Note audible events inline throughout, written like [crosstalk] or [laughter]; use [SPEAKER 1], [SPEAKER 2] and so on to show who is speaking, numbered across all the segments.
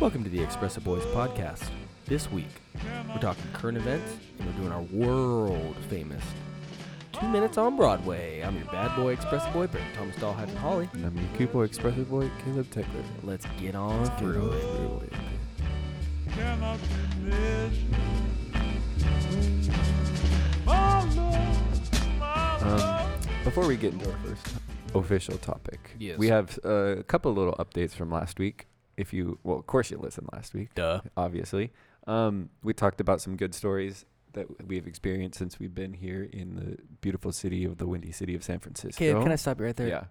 [SPEAKER 1] Welcome to the Expressive Boys podcast. This week, we're talking current events and we're doing our world famous Two Minutes on Broadway. I'm your bad boy Expressive Boy, Brandon Thomas Dahlhead and Holly.
[SPEAKER 2] I'm your Cooper Expressive Boy, Caleb Tickler.
[SPEAKER 1] Let's get on through it.
[SPEAKER 3] Can I be measured? My love, my
[SPEAKER 2] Um,
[SPEAKER 3] love.
[SPEAKER 2] before we get into our first official topic,
[SPEAKER 1] Yes.
[SPEAKER 2] we have uh, a couple little updates from last week. If you, well, of course you listened last week,
[SPEAKER 1] Duh.
[SPEAKER 2] obviously. Um, we talked about some good stories that we've experienced since we've been here in the beautiful city of the windy city of San Francisco.
[SPEAKER 1] Okay, can I stop you right there?
[SPEAKER 2] Yeah.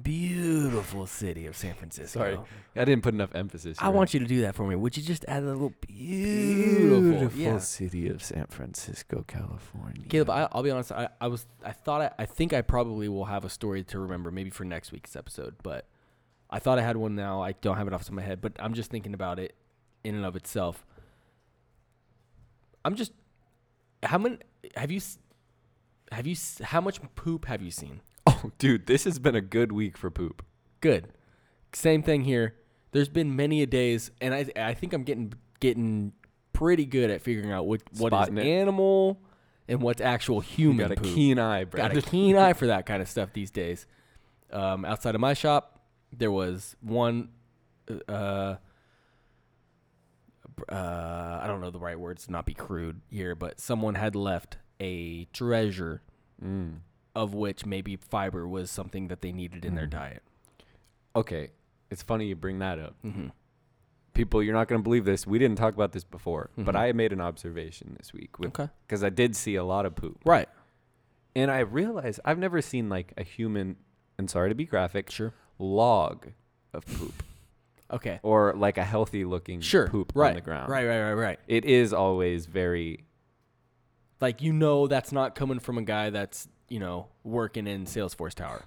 [SPEAKER 1] Beautiful city of San Francisco.
[SPEAKER 2] Sorry. I didn't put enough emphasis.
[SPEAKER 1] I
[SPEAKER 2] here.
[SPEAKER 1] want you to do that for me. Would you just add a little beautiful?
[SPEAKER 2] beautiful,
[SPEAKER 1] Yeah.
[SPEAKER 2] city of San Francisco, California.
[SPEAKER 1] Caleb, I, I'll be honest. I, I was, I thought, I, I think I probably will have a story to remember, maybe for next week's episode. But I thought I had one now. I don't have it off the top of my head, but I'm just thinking about it in and of itself. I'm just, how many have you, s- have you, s- how much poop have you seen?
[SPEAKER 2] oh, dude, this has been a good week for poop.
[SPEAKER 1] Good. Same thing here. There's been many a days, and I, I think I'm getting, getting pretty good at figuring out what, what is
[SPEAKER 2] Spotting it.
[SPEAKER 1] animal and what's actual
[SPEAKER 2] You
[SPEAKER 1] human
[SPEAKER 2] got a
[SPEAKER 1] poop.
[SPEAKER 2] keen eye,
[SPEAKER 1] got
[SPEAKER 2] Brad.
[SPEAKER 1] a keen eye [laughs] for that kind of stuff these days. Um, outside of my shop, there was one. Uh, uh, I don't know the right words to not be crude here, but someone had left a treasure
[SPEAKER 2] [laughs] Mm.
[SPEAKER 1] of which maybe fiber was something that they needed in their diet.
[SPEAKER 2] Okay, it's funny you bring that up.
[SPEAKER 1] Mhm.
[SPEAKER 2] People, you're not going to believe this. We didn't talk about this before, but
[SPEAKER 1] Mhm.
[SPEAKER 2] I made an observation this week because
[SPEAKER 1] Okay.
[SPEAKER 2] I did see a lot of poop,
[SPEAKER 1] Right.
[SPEAKER 2] and I realized I've never seen like a human. And sorry to be graphic,
[SPEAKER 1] Sure.
[SPEAKER 2] log
[SPEAKER 1] [laughs]
[SPEAKER 2] of poop
[SPEAKER 1] Okay.
[SPEAKER 2] or like a healthy looking
[SPEAKER 1] Sure.
[SPEAKER 2] poop
[SPEAKER 1] right.
[SPEAKER 2] on the ground.
[SPEAKER 1] Right. Right. Right. Right.
[SPEAKER 2] It is always very
[SPEAKER 1] Like you know, that's not coming from a guy that's you know working in Salesforce Tower.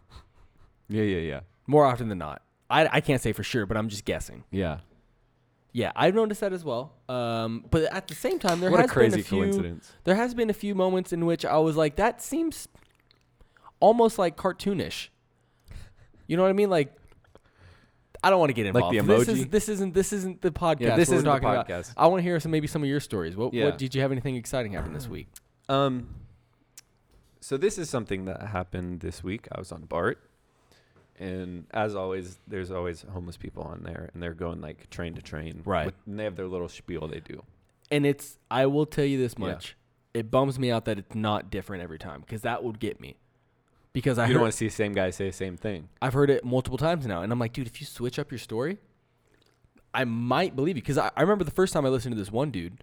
[SPEAKER 2] yeah yeah yeah
[SPEAKER 1] More often than not, I I can't say for sure, but I'm just guessing.
[SPEAKER 2] yeah.
[SPEAKER 1] Yeah, I've noticed that as well. Um, but at the same time, there
[SPEAKER 2] what a
[SPEAKER 1] has
[SPEAKER 2] crazy
[SPEAKER 1] been a few,
[SPEAKER 2] coincidence.
[SPEAKER 1] There has been a few moments in which I was like, that seems almost like cartoonish. You know what I mean? Like, I don't want to get
[SPEAKER 2] Like
[SPEAKER 1] involved.
[SPEAKER 2] the
[SPEAKER 1] This, is,
[SPEAKER 2] emoji?
[SPEAKER 1] this isn't this isn't the podcast.
[SPEAKER 2] this
[SPEAKER 1] we're
[SPEAKER 2] isn't the
[SPEAKER 1] talking about.
[SPEAKER 2] podcast.
[SPEAKER 1] I want to hear some maybe some of your stories. What,
[SPEAKER 2] Yeah.
[SPEAKER 1] what did you have anything exciting happen this week?
[SPEAKER 2] Um. So this is something that happened this week. I was on BART, and as always, there's always homeless people on there, and they're going like train to train.
[SPEAKER 1] Right.
[SPEAKER 2] and they have their little spiel they do.
[SPEAKER 1] And it's I will tell you this
[SPEAKER 2] Yeah.
[SPEAKER 1] much. It bums me out that it's not different every time because that would get me. Because I
[SPEAKER 2] you
[SPEAKER 1] heard,
[SPEAKER 2] don't want to see the same guy say the same thing.
[SPEAKER 1] I've heard it multiple times now, and I'm like, dude, if you switch up your story, I might believe you. Because I, I remember the first time I listened to this one dude,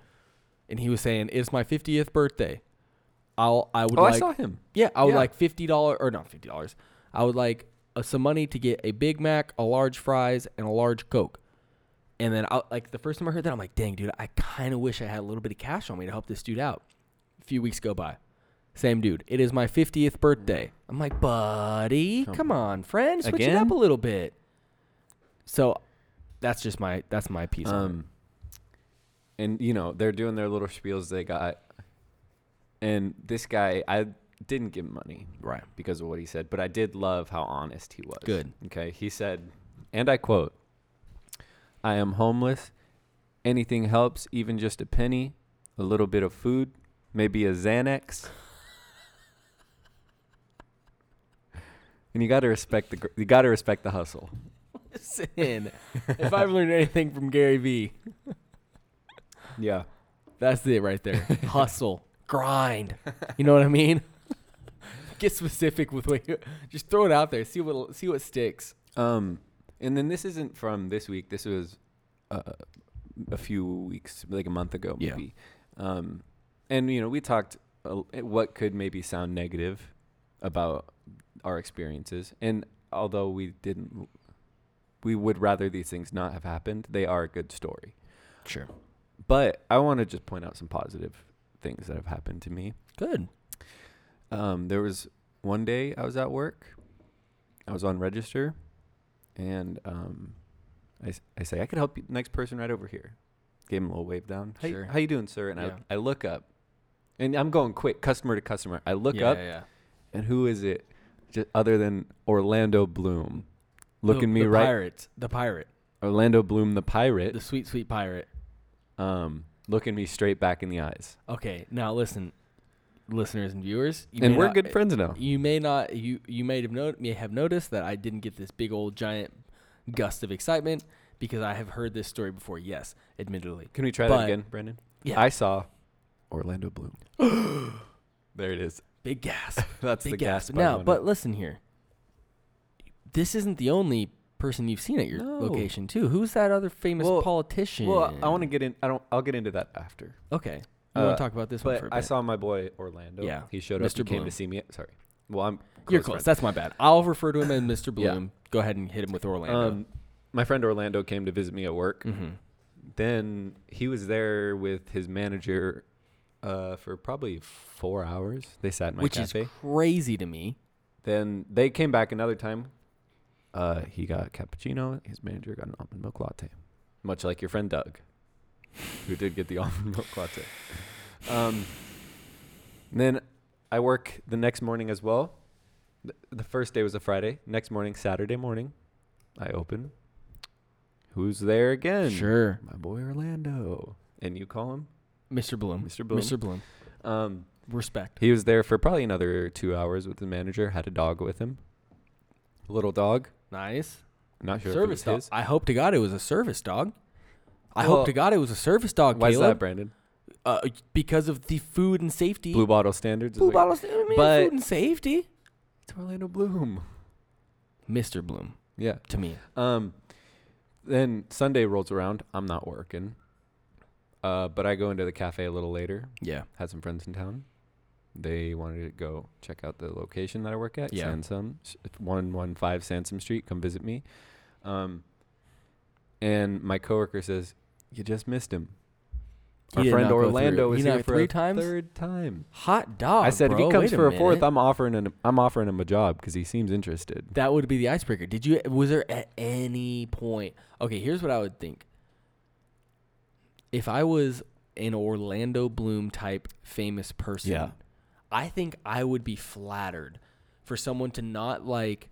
[SPEAKER 1] and he was saying, "It's my 50th birthday. I'll I would
[SPEAKER 2] oh,
[SPEAKER 1] like
[SPEAKER 2] I saw him.
[SPEAKER 1] yeah I would
[SPEAKER 2] Yeah.
[SPEAKER 1] like fifty dollar or not fifty dollars. I would like uh, some money to get a Big Mac, a large fries, and a large Coke." And then I like the first time I heard that, I'm like, dang, dude, I kind of wish I had a little bit of cash on me to help this dude out. A few weeks go by. Same dude. It is my 50th birthday. I'm like, buddy, come,
[SPEAKER 2] Come
[SPEAKER 1] on, friend, switch it up
[SPEAKER 2] Again?
[SPEAKER 1] a little bit. So that's just my that's my piece. on it.
[SPEAKER 2] Um. And you know they're doing their little spiels they got, and this guy I didn't give money
[SPEAKER 1] right.
[SPEAKER 2] because of what he said, but I did love how honest he was.
[SPEAKER 1] [laughs] Good.
[SPEAKER 2] Okay. He said, and I quote, I am homeless. Anything helps, even just a penny, a little bit of food, maybe a Xanax. [laughs] and you got to respect the gr- you got to respect the hustle.
[SPEAKER 1] Listen, if I've learned anything from Gary Vee,
[SPEAKER 2] Yeah.
[SPEAKER 1] that's it right there. [laughs] Hustle, grind. You know what I [laughs] mean? Get specific with what you just throw it out there. See what see what sticks.
[SPEAKER 2] Um and then this isn't from this week. This was uh, a few weeks like a month ago
[SPEAKER 1] Yeah.
[SPEAKER 2] maybe. Um and you know, we talked a l- what could maybe sound negative about our experiences. And although we didn't we would rather these things not have happened, they are a good story.
[SPEAKER 1] Sure.
[SPEAKER 2] But I want to just point out some positive things that have happened to me.
[SPEAKER 1] Good.
[SPEAKER 2] Um, there was one day I was at work. I was on register, and um, I, s- I say I could help you. Next person right over here. Gave him a little wave down. Hey,
[SPEAKER 1] Sure.
[SPEAKER 2] how you doing, sir? And
[SPEAKER 1] Yeah.
[SPEAKER 2] I, I look up, and I'm going quick, customer to customer. I look
[SPEAKER 1] Yeah,
[SPEAKER 2] up,
[SPEAKER 1] yeah, yeah.
[SPEAKER 2] and who is it? Just other than Orlando Bloom, looking
[SPEAKER 1] The-
[SPEAKER 2] me
[SPEAKER 1] Oh, the
[SPEAKER 2] right.
[SPEAKER 1] Pirate. The pirate.
[SPEAKER 2] Orlando Bloom the pirate.
[SPEAKER 1] The sweet, sweet pirate.
[SPEAKER 2] um, looking me straight back in the eyes.
[SPEAKER 1] Okay, now listen, listeners and viewers, you
[SPEAKER 2] and
[SPEAKER 1] may
[SPEAKER 2] we're
[SPEAKER 1] not-
[SPEAKER 2] good friends now.
[SPEAKER 1] You may not you you may have not, may have noticed that I didn't get this big old giant gust of excitement because I have heard this story before. Yes, [gasps] admittedly.
[SPEAKER 2] Can we try
[SPEAKER 1] but-
[SPEAKER 2] that again, Brendan?
[SPEAKER 1] Yeah.
[SPEAKER 2] I saw Orlando Bloom. there it is.
[SPEAKER 1] Big gasp.
[SPEAKER 2] That's
[SPEAKER 1] big
[SPEAKER 2] the gasp. I
[SPEAKER 1] Now,
[SPEAKER 2] wanted.
[SPEAKER 1] but listen here. This isn't the only person you've seen at your
[SPEAKER 2] No.
[SPEAKER 1] location too. Who's that other famous
[SPEAKER 2] Well-
[SPEAKER 1] politician?
[SPEAKER 2] well, I want to get in. I don't. I'll get into that after.
[SPEAKER 1] Okay. I
[SPEAKER 2] Uh,
[SPEAKER 1] want to talk about this one
[SPEAKER 2] But
[SPEAKER 1] for a bit.
[SPEAKER 2] I saw my boy Orlando.
[SPEAKER 1] Yeah.
[SPEAKER 2] He showed up.
[SPEAKER 1] Mr.
[SPEAKER 2] He came
[SPEAKER 1] Bloom.
[SPEAKER 2] to see me. Sorry. Well, I'm. Close
[SPEAKER 1] You're close.
[SPEAKER 2] friends.
[SPEAKER 1] That's my bad. I'll refer to him as Mr.
[SPEAKER 2] Yeah.
[SPEAKER 1] Bloom. Go ahead and hit him with Orlando.
[SPEAKER 2] Um, my friend Orlando came to visit me at work.
[SPEAKER 1] hmm
[SPEAKER 2] Then he was there with his manager uh, for probably four hours. They sat in my
[SPEAKER 1] Which
[SPEAKER 2] cafe.
[SPEAKER 1] is crazy to me.
[SPEAKER 2] Then they came back another time. Uh, he got a cappuccino. His manager got an almond milk latte, much like your friend Doug, who did get the [laughs] almond milk latte. Um, then I work the next morning as well. Th- The first day was a Friday. Next morning, Saturday morning, I open. Who's there again?
[SPEAKER 1] Sure.
[SPEAKER 2] My boy Orlando. And you call him?
[SPEAKER 1] Mr. Bloom.
[SPEAKER 2] Mr. Bloom.
[SPEAKER 1] Mr. Bloom.
[SPEAKER 2] Um,
[SPEAKER 1] Respect.
[SPEAKER 2] he was there for probably another two hours with the manager. Had a dog with him, little dog.
[SPEAKER 1] Nice.
[SPEAKER 2] Not sure
[SPEAKER 1] service
[SPEAKER 2] service if it
[SPEAKER 1] dog.
[SPEAKER 2] was his.
[SPEAKER 1] I hope to God it was a service dog. I
[SPEAKER 2] Well,
[SPEAKER 1] hope to God it was a service dog,
[SPEAKER 2] Why is that,
[SPEAKER 1] Oh, Caleb.
[SPEAKER 2] Brandon?
[SPEAKER 1] uh, because of the food and safety.
[SPEAKER 2] Blue bottle standards. is
[SPEAKER 1] Blue
[SPEAKER 2] what-
[SPEAKER 1] bottles. I mean,
[SPEAKER 2] But-
[SPEAKER 1] food and safety.
[SPEAKER 2] It's Orlando Bloom.
[SPEAKER 1] Mr. Bloom,
[SPEAKER 2] Yeah.
[SPEAKER 1] to me.
[SPEAKER 2] Um. Then Sunday rolls around. I'm not working. Uh, but I go into the cafe a little later.
[SPEAKER 1] Yeah.
[SPEAKER 2] Had some friends in town. They wanted to go check out the location that I work at.
[SPEAKER 1] Yeah.
[SPEAKER 2] Sansom, one one five Sansom Street. Come visit me. Um. And my coworker says, "You just missed him."
[SPEAKER 1] He
[SPEAKER 2] Our
[SPEAKER 1] did
[SPEAKER 2] friend
[SPEAKER 1] not go through.
[SPEAKER 2] Orlando
[SPEAKER 1] He
[SPEAKER 2] is
[SPEAKER 1] knocked
[SPEAKER 2] here for
[SPEAKER 1] three
[SPEAKER 2] a
[SPEAKER 1] times?
[SPEAKER 2] third time.
[SPEAKER 1] Hot dog.
[SPEAKER 2] I said if he
[SPEAKER 1] bro.
[SPEAKER 2] comes
[SPEAKER 1] Wait
[SPEAKER 2] for a
[SPEAKER 1] minute.
[SPEAKER 2] fourth, I'm offering him. I'm offering him a job because he seems interested.
[SPEAKER 1] That would be the icebreaker. Did you? Was there at any point? Okay, here's what I would think. If I was an Orlando Bloom type famous person,
[SPEAKER 2] Yeah.
[SPEAKER 1] I think I would be flattered for someone to not like.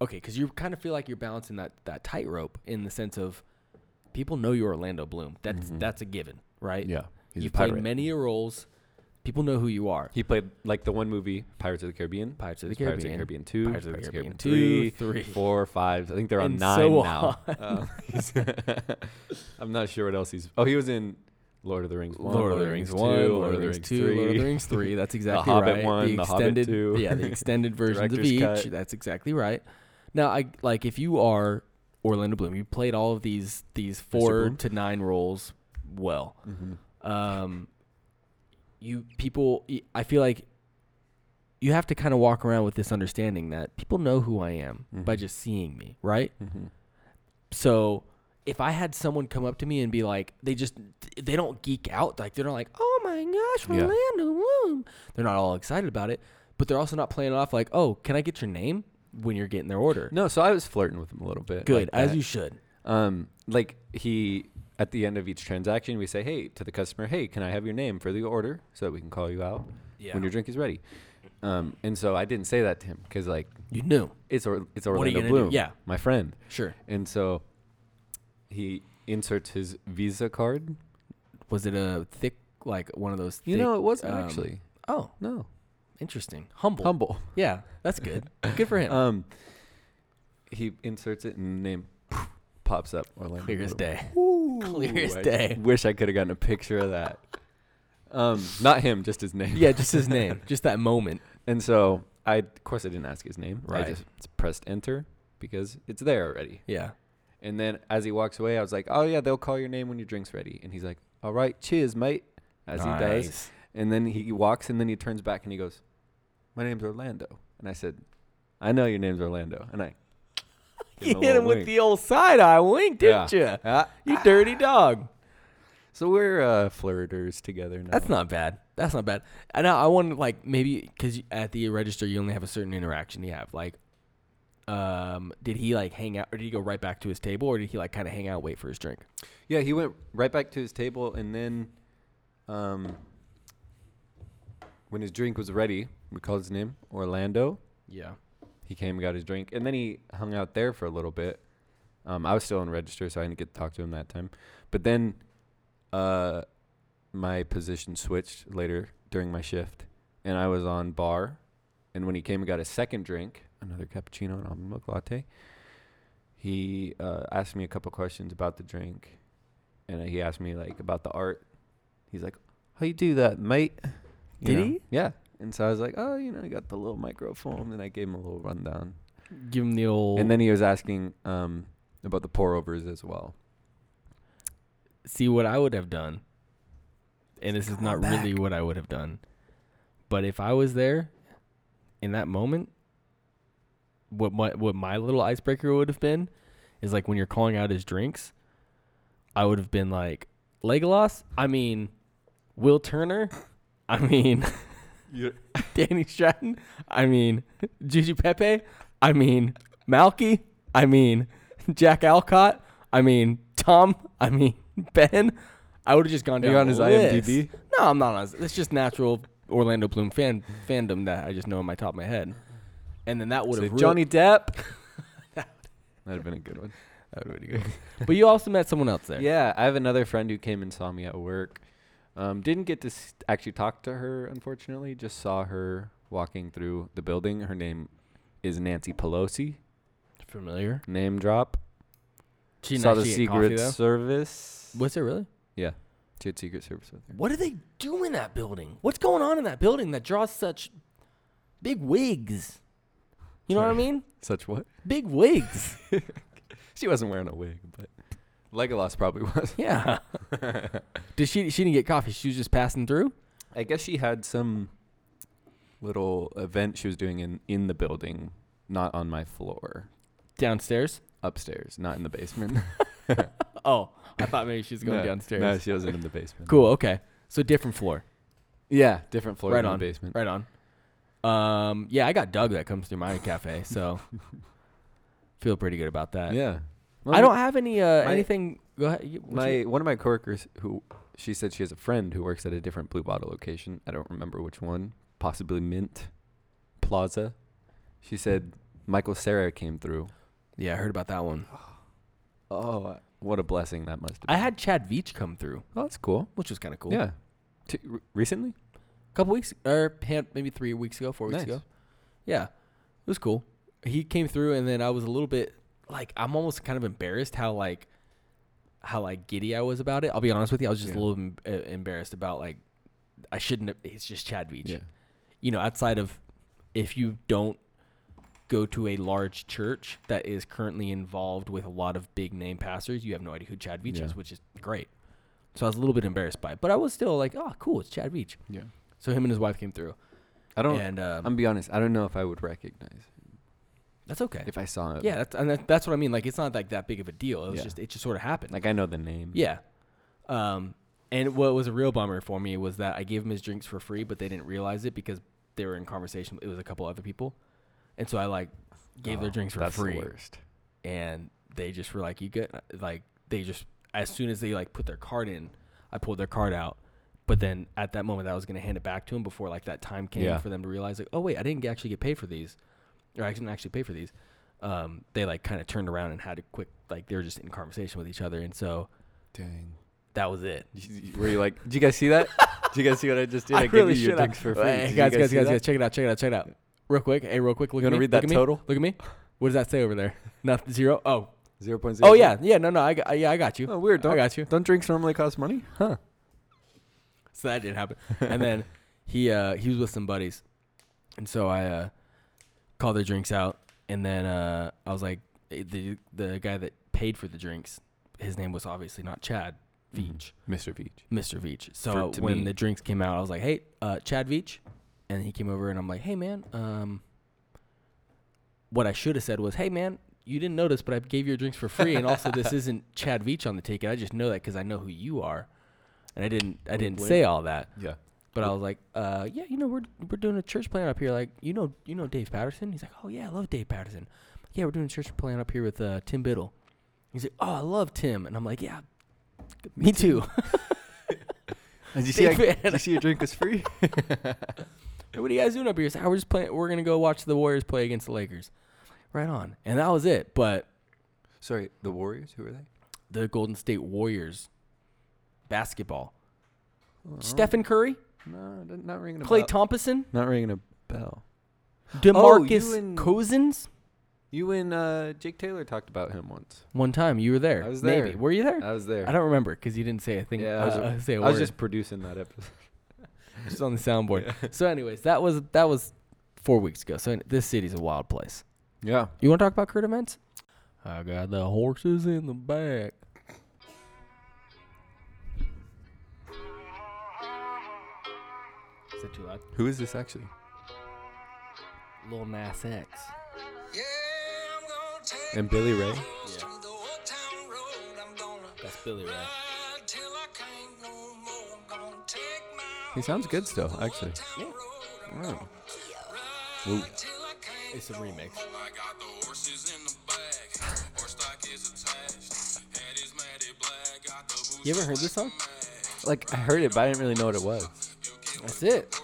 [SPEAKER 1] Okay, because you kind of feel like you're balancing that that tightrope in the sense of people know you're Orlando Bloom. That's that's a given, right?
[SPEAKER 2] Mm-hmm. Yeah, he's a
[SPEAKER 1] you've played
[SPEAKER 2] pirate.
[SPEAKER 1] many roles. People know who you are.
[SPEAKER 2] He played like the one movie Pirates of the Caribbean,
[SPEAKER 1] Pirates of the
[SPEAKER 2] Pirates of the
[SPEAKER 1] Caribbean,
[SPEAKER 2] Caribbean two,
[SPEAKER 1] Pirates of the Caribbean two,
[SPEAKER 2] Caribbean
[SPEAKER 1] three.
[SPEAKER 2] four, five. I think they're on
[SPEAKER 1] And
[SPEAKER 2] nine
[SPEAKER 1] so
[SPEAKER 2] now. Uh, he's- [laughs] I'm not sure what else he's. Oh, he was in Lord of the Rings one,
[SPEAKER 1] Lord of the Rings
[SPEAKER 2] two,
[SPEAKER 1] One, Lord of the Rings Two, Lord
[SPEAKER 2] [laughs]
[SPEAKER 1] of the Rings Three. [laughs] That's exactly
[SPEAKER 2] Hobbit
[SPEAKER 1] right.
[SPEAKER 2] one, The Hobbit
[SPEAKER 1] extended, [laughs]
[SPEAKER 2] two.
[SPEAKER 1] yeah, the extended versions of
[SPEAKER 2] Director's
[SPEAKER 1] each.
[SPEAKER 2] cut.
[SPEAKER 1] That's exactly right. Now, I like if you are Orlando Bloom, you played all of these these four
[SPEAKER 2] Bloom?
[SPEAKER 1] to nine roles well.
[SPEAKER 2] Mhm.
[SPEAKER 1] Um, you people, I feel like you have to kind of walk around with this understanding that people know who I am by
[SPEAKER 2] Mhm.
[SPEAKER 1] just seeing me, right?
[SPEAKER 2] Mhm.
[SPEAKER 1] So if I had someone come up to me and be like, they just they don't geek out, like they're not like, oh my gosh,
[SPEAKER 2] Yeah.
[SPEAKER 1] Orlando Bloom. They're not all excited about it, but they're also not playing it off like, oh, can I get your name when you're getting their order?
[SPEAKER 2] No, so I was flirting with him a little bit.
[SPEAKER 1] Good,
[SPEAKER 2] like
[SPEAKER 1] as
[SPEAKER 2] that.
[SPEAKER 1] you should.
[SPEAKER 2] Um, like he at the end of each transaction, we say, "Hey," to the customer, "Hey, can I have your name for the order so that we can call you out
[SPEAKER 1] Yeah.
[SPEAKER 2] when your drink is ready?" Um, and so I didn't say that to him because like
[SPEAKER 1] You knew,
[SPEAKER 2] it's or, it's
[SPEAKER 1] are you
[SPEAKER 2] Orlando
[SPEAKER 1] gonna do?
[SPEAKER 2] Bloom,
[SPEAKER 1] Yeah.
[SPEAKER 2] my friend,
[SPEAKER 1] sure.
[SPEAKER 2] and so he inserts his Visa card.
[SPEAKER 1] Was it a thick, like one of those?
[SPEAKER 2] You
[SPEAKER 1] thick,
[SPEAKER 2] know, it wasn't
[SPEAKER 1] um,
[SPEAKER 2] actually.
[SPEAKER 1] Oh,
[SPEAKER 2] No,
[SPEAKER 1] interesting. Humble.
[SPEAKER 2] humble.
[SPEAKER 1] Yeah, that's good. good for him.
[SPEAKER 2] [laughs] Um, he inserts it and name [laughs] pops up Orlando.
[SPEAKER 1] Clear as
[SPEAKER 2] Bloom.
[SPEAKER 1] day. [laughs] Clear as
[SPEAKER 2] Ooh, I
[SPEAKER 1] day.
[SPEAKER 2] Wish I could have gotten a picture of that. Um, not him, just his name.
[SPEAKER 1] Yeah, just his name, just that moment.
[SPEAKER 2] And so I, of course, I didn't ask his name.
[SPEAKER 1] Right.
[SPEAKER 2] I just pressed enter because it's there already.
[SPEAKER 1] Yeah.
[SPEAKER 2] And then as he walks away, I was like, "Oh yeah, they'll call your name when your drink's ready." And he's like, "All right, cheers, mate," as he does.
[SPEAKER 1] Nice.
[SPEAKER 2] And then he walks, and then he turns back and he goes, "My name's Orlando." And I said, "I know your name's Orlando." And I
[SPEAKER 1] You hit
[SPEAKER 2] a
[SPEAKER 1] him
[SPEAKER 2] little
[SPEAKER 1] with
[SPEAKER 2] wink.
[SPEAKER 1] the old side eye wink, didn't
[SPEAKER 2] Yeah.
[SPEAKER 1] you? You dirty dog.
[SPEAKER 2] "Ah." So we're uh, flirters together now.
[SPEAKER 1] That's not bad. That's not bad. And I, I want like maybe because at the register you only have a certain interaction you have. Like, um, did he like hang out, or did he go right back to his table, or did he like kind of hang out, wait for his drink?
[SPEAKER 2] Yeah, he went right back to his table, and then, um, when his drink was ready, we called his name Orlando.
[SPEAKER 1] Yeah.
[SPEAKER 2] He came, and got his drink, and then he hung out there for a little bit. Um, I was still in register, so I didn't get to talk to him that time. But then, uh, my position switched later during my shift, and I was on bar. And when he came and got his second drink, another cappuccino and almond milk latte, he uh, asked me a couple questions about the drink, and he asked me like about the art. He's like, "How you do that, mate?" You
[SPEAKER 1] Did
[SPEAKER 2] know?
[SPEAKER 1] he?
[SPEAKER 2] Yeah. And so I was like, "Oh, you know, I got the little microphone," and I gave him a little rundown.
[SPEAKER 1] Give him the old.
[SPEAKER 2] And then he was asking um, about the pour overs as well.
[SPEAKER 1] see what I would have done. And this is not really what I would have done. But if I was there in that moment, what my what my little icebreaker would have been is like when you're calling out his drinks, I would have been like, Legolas, I mean Will Turner, I mean [laughs] Danny Stratton, I mean Gigi Pepe, I mean Malky, I mean Jack Alcott, I mean Tom, I mean Ben. I would have just gone
[SPEAKER 2] Are you
[SPEAKER 1] down
[SPEAKER 2] on
[SPEAKER 1] the
[SPEAKER 2] his
[SPEAKER 1] list.
[SPEAKER 2] IMDb?
[SPEAKER 1] No, I'm not on. his- It's just natural Orlando Bloom fan fandom that I just know in my top of my head. And then that would
[SPEAKER 2] So
[SPEAKER 1] have
[SPEAKER 2] Johnny Depp.
[SPEAKER 1] [laughs]
[SPEAKER 2] That'd have been a good one.
[SPEAKER 1] That would have been good. but you also met someone else there.
[SPEAKER 2] Yeah, I have another friend who came and saw me at work. Um, didn't get to s- actually talk to her, unfortunately. Just saw her walking through the building. Her name is Nancy Pelosi.
[SPEAKER 1] Familiar.
[SPEAKER 2] Name drop.
[SPEAKER 1] She
[SPEAKER 2] saw the
[SPEAKER 1] nice to get coffee,
[SPEAKER 2] Secret
[SPEAKER 1] though.
[SPEAKER 2] Service.
[SPEAKER 1] Was it really?
[SPEAKER 2] Yeah, she had Secret Service with her.
[SPEAKER 1] What do they do in that building? What's going on in that building that draws such big wigs? You know what I [laughs]
[SPEAKER 2] Sorry.
[SPEAKER 1] mean?
[SPEAKER 2] Such what?
[SPEAKER 1] Big wigs.
[SPEAKER 2] She wasn't wearing a wig, but Legolas probably [laughs] was.
[SPEAKER 1] [laughs] yeah. Did she? She didn't get coffee. She was just passing through.
[SPEAKER 2] I guess she had some little event she was doing in in the building, not on my floor,
[SPEAKER 1] Downstairs.
[SPEAKER 2] upstairs, not in the basement. [laughs]
[SPEAKER 1] Oh, I thought maybe she was going downstairs.
[SPEAKER 2] No, she wasn't in the basement.
[SPEAKER 1] Cool. Okay. So different floor.
[SPEAKER 2] Yeah, different floor
[SPEAKER 1] right
[SPEAKER 2] than
[SPEAKER 1] on.
[SPEAKER 2] the basement.
[SPEAKER 1] Right on. Um. Yeah, I got Doug that comes through
[SPEAKER 2] [laughs]
[SPEAKER 1] my cafe, so feel pretty good about that.
[SPEAKER 2] Yeah.
[SPEAKER 1] I don't have any uh
[SPEAKER 2] my-
[SPEAKER 1] anything. Go ahead. you- what
[SPEAKER 2] My
[SPEAKER 1] you-
[SPEAKER 2] one of my coworkers who she said she has a friend who works at a different Blue Bottle location. I don't remember which one, possibly Mint Plaza. She said Michael Sarah came through.
[SPEAKER 1] yeah, I heard about that one.
[SPEAKER 2] Oh, what a blessing that must have been.
[SPEAKER 1] I had Chad Veach come through,
[SPEAKER 2] Oh, that's cool.
[SPEAKER 1] which was kind of cool.
[SPEAKER 2] Yeah. T- re- recently?
[SPEAKER 1] couple weeks or pan- maybe three weeks ago, four weeks
[SPEAKER 2] Nice.
[SPEAKER 1] ago. Yeah, it was cool. He came through, and then I was a little bit like I'm almost kind of embarrassed how like how like giddy I was about it. I'll be honest with you, I was just a
[SPEAKER 2] Yeah.
[SPEAKER 1] little em- uh, embarrassed about like I shouldn't. have It's just Chad Beach. You know, outside of if you don't go to a large church that is currently involved with a lot of big name pastors, you have no idea who Chad Beach
[SPEAKER 2] Yeah.
[SPEAKER 1] is, which is great. So I was a little bit embarrassed by it, but I was still like, oh, cool, it's Chad Beach.
[SPEAKER 2] Yeah.
[SPEAKER 1] So him and his wife came through,
[SPEAKER 2] I don't.
[SPEAKER 1] and
[SPEAKER 2] I'm
[SPEAKER 1] um,
[SPEAKER 2] gonna be honest. I don't know if I would recognize
[SPEAKER 1] that's okay.
[SPEAKER 2] if I saw it.
[SPEAKER 1] yeah, that's and that, that's what I mean. Like it's not like that big of a deal. It was
[SPEAKER 2] Yeah.
[SPEAKER 1] just it just sort of happened.
[SPEAKER 2] Like I know the name.
[SPEAKER 1] yeah. Um, and what was a real bummer for me was that I gave him his drinks for free, but they didn't realize it because they were in conversation. It was a couple other people, and so I like gave their
[SPEAKER 2] Oh,
[SPEAKER 1] drinks for
[SPEAKER 2] that's the
[SPEAKER 1] free,
[SPEAKER 2] worst.
[SPEAKER 1] and they just were like, "You good?" Like they just as soon as they like put their card in, I pulled their card out. But then at that moment, I was gonna hand it back to him before like that time came
[SPEAKER 2] Yeah.
[SPEAKER 1] for them to realize like, "Oh wait, I didn't actually get paid for these, or I didn't actually pay for these." Um, they like kind of turned around and had a quick like they were just in conversation with each other, and so
[SPEAKER 2] Dang.
[SPEAKER 1] that was it. [laughs]
[SPEAKER 2] Were you like? Did you guys see that? did you guys see what I just did? I, gave you your
[SPEAKER 1] should have-
[SPEAKER 2] drinks for free.
[SPEAKER 1] Hey,
[SPEAKER 2] Did you
[SPEAKER 1] guys,
[SPEAKER 2] guys,
[SPEAKER 1] guys,
[SPEAKER 2] see
[SPEAKER 1] guys,
[SPEAKER 2] that?
[SPEAKER 1] guys, check it out, check it out, check it out, real quick. Hey, real quick, look
[SPEAKER 2] You
[SPEAKER 1] at
[SPEAKER 2] wanna
[SPEAKER 1] me.
[SPEAKER 2] read
[SPEAKER 1] look
[SPEAKER 2] that
[SPEAKER 1] at me,
[SPEAKER 2] total?
[SPEAKER 1] Look at me. What does that say over there? [laughs] Not zero. Oh,
[SPEAKER 2] Zero point zero.
[SPEAKER 1] oh yeah, yeah. No, no. I got, yeah, I got you.
[SPEAKER 2] Oh, weird. Don't,
[SPEAKER 1] I got you. [laughs]
[SPEAKER 2] Don't drinks normally cost money? Huh?
[SPEAKER 1] so that didn't happen. And
[SPEAKER 2] [laughs]
[SPEAKER 1] then he uh, he was with some buddies, and so I uh, called their drinks out, and then uh, I was like, eh, the the guy that paid for the drinks, his name was obviously not Chad Veach,
[SPEAKER 2] Mr. Veach.
[SPEAKER 1] Mr. Veach. So
[SPEAKER 2] to
[SPEAKER 1] when
[SPEAKER 2] me.
[SPEAKER 1] the drinks came out, I was like, hey, uh, Chad Veach, and he came over, and I'm like, hey man, um, what I should have said was, hey man. You didn't notice, but I gave your drinks for free, and also
[SPEAKER 2] [laughs]
[SPEAKER 1] this isn't Chad Veach on the ticket. I just know that because I know who you are, and I didn't. I didn't
[SPEAKER 2] Wink.
[SPEAKER 1] say all that.
[SPEAKER 2] Yeah.
[SPEAKER 1] But I was like, uh, yeah, you know, we're we're doing a church plan up here. Like, you know, you know Dave Patterson. He's like, oh yeah, I love Dave Patterson. I'm like, yeah, we're doing a church plan up here with uh, Tim Biddle. He's like, oh, I love Tim, and I'm like, yeah, me too.
[SPEAKER 2] [laughs] Did
[SPEAKER 1] [laughs]
[SPEAKER 2] you
[SPEAKER 1] see
[SPEAKER 2] see?
[SPEAKER 1] I- Big fan.
[SPEAKER 2] did you see your drink was free?
[SPEAKER 1] what are you guys doing up here? He's like, "Ah, we're just playing. We're gonna go watch the Warriors play against the Lakers. Right on. And that was it. But
[SPEAKER 2] Sorry, the Warriors. Who are they?
[SPEAKER 1] The Golden State Warriors basketball.
[SPEAKER 2] Oh.
[SPEAKER 1] Stephen Curry,
[SPEAKER 2] No, didn't- not ringing a
[SPEAKER 1] Clay
[SPEAKER 2] bell.
[SPEAKER 1] Thompson,
[SPEAKER 2] Not ringing a bell.
[SPEAKER 1] DeMarcus
[SPEAKER 2] Oh, and-
[SPEAKER 1] Cousins.
[SPEAKER 2] You and uh, Jake Taylor talked about him once.
[SPEAKER 1] One time you were there.
[SPEAKER 2] I was
[SPEAKER 1] Maybe.
[SPEAKER 2] there.
[SPEAKER 1] Were you there?
[SPEAKER 2] I was there.
[SPEAKER 1] I don't remember because you didn't say a thing.
[SPEAKER 2] Yeah, I was,
[SPEAKER 1] uh, uh, say a
[SPEAKER 2] I was
[SPEAKER 1] word.
[SPEAKER 2] just producing that episode. [laughs]
[SPEAKER 1] just on the soundboard. So, anyways, that was that was four weeks ago. So this city's a wild place.
[SPEAKER 2] Yeah.
[SPEAKER 1] You want to talk about current events? I got the horses in the back. Is it too loud?
[SPEAKER 2] Who is this actually?
[SPEAKER 1] Lil Nas X.
[SPEAKER 4] Yeah, I'm gonna take
[SPEAKER 2] And Billy Ray.
[SPEAKER 4] those to the old town road. I'm gonna
[SPEAKER 1] That's Billy Ray.
[SPEAKER 4] ride till I can't no more. Gonna take my
[SPEAKER 2] He sounds good still, actually.
[SPEAKER 4] old town road. I'm gonna
[SPEAKER 2] Ooh.
[SPEAKER 4] ride till I can't
[SPEAKER 1] It's a remix.
[SPEAKER 4] I got the horses in the back. Horse stock is attached. Head is matted black. Got the
[SPEAKER 1] You ever heard this song?
[SPEAKER 2] Like I heard it, but I didn't really know what it was.
[SPEAKER 1] That's it.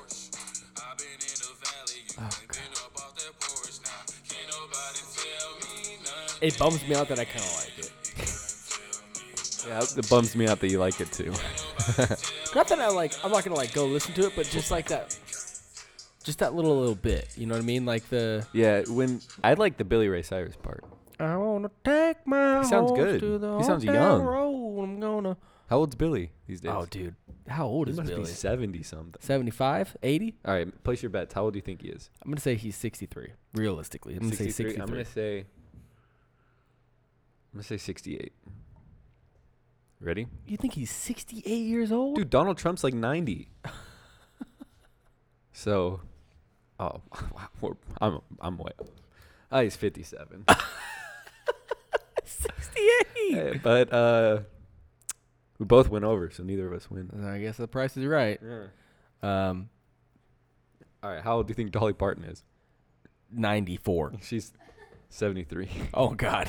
[SPEAKER 4] I've been in the valley. You
[SPEAKER 2] Ah.
[SPEAKER 4] ain't been up off that porch now. Can't nobody tell me nothing.
[SPEAKER 1] It bums me out that I kind of like it.
[SPEAKER 2] Yeah, it bums me out that you like it too. [laughs]
[SPEAKER 1] Not that I like. I'm not gonna like go listen to it, but just like that. Just that little little bit. You know what I mean? Like the.
[SPEAKER 2] Yeah, when I like the Billy Ray Cyrus part.
[SPEAKER 1] I wanna take my
[SPEAKER 2] He sounds
[SPEAKER 1] horse
[SPEAKER 2] good.
[SPEAKER 1] to the
[SPEAKER 2] He sounds
[SPEAKER 1] old town
[SPEAKER 2] young.
[SPEAKER 1] road. I'm gonna.
[SPEAKER 2] How old's Billy these days?
[SPEAKER 1] Oh, dude, how old
[SPEAKER 2] he
[SPEAKER 1] is
[SPEAKER 2] must
[SPEAKER 1] Billy?
[SPEAKER 2] be seventy something.
[SPEAKER 1] 75, 80?
[SPEAKER 2] All right, place your bets. How old do you think he is?
[SPEAKER 1] I'm gonna say he's 63. Realistically, I'm gonna say 63.
[SPEAKER 2] I'm gonna say. I'm gonna say sixty-eight. Ready?
[SPEAKER 1] you think he's 68 years old? [laughs]
[SPEAKER 2] Dude, Donald Trump's like 90. [laughs] so, oh, [laughs] wow, we're- I'm I'm way. Uh, he's [laughs] 57.
[SPEAKER 1] 68.
[SPEAKER 2] Hey, but uh, we both went over, so neither of us win.
[SPEAKER 1] I guess the price is right. Um,
[SPEAKER 2] All right, how old do you think Dolly Parton is? [laughs]
[SPEAKER 1] 94.
[SPEAKER 2] She's [laughs] 73.
[SPEAKER 1] Oh God,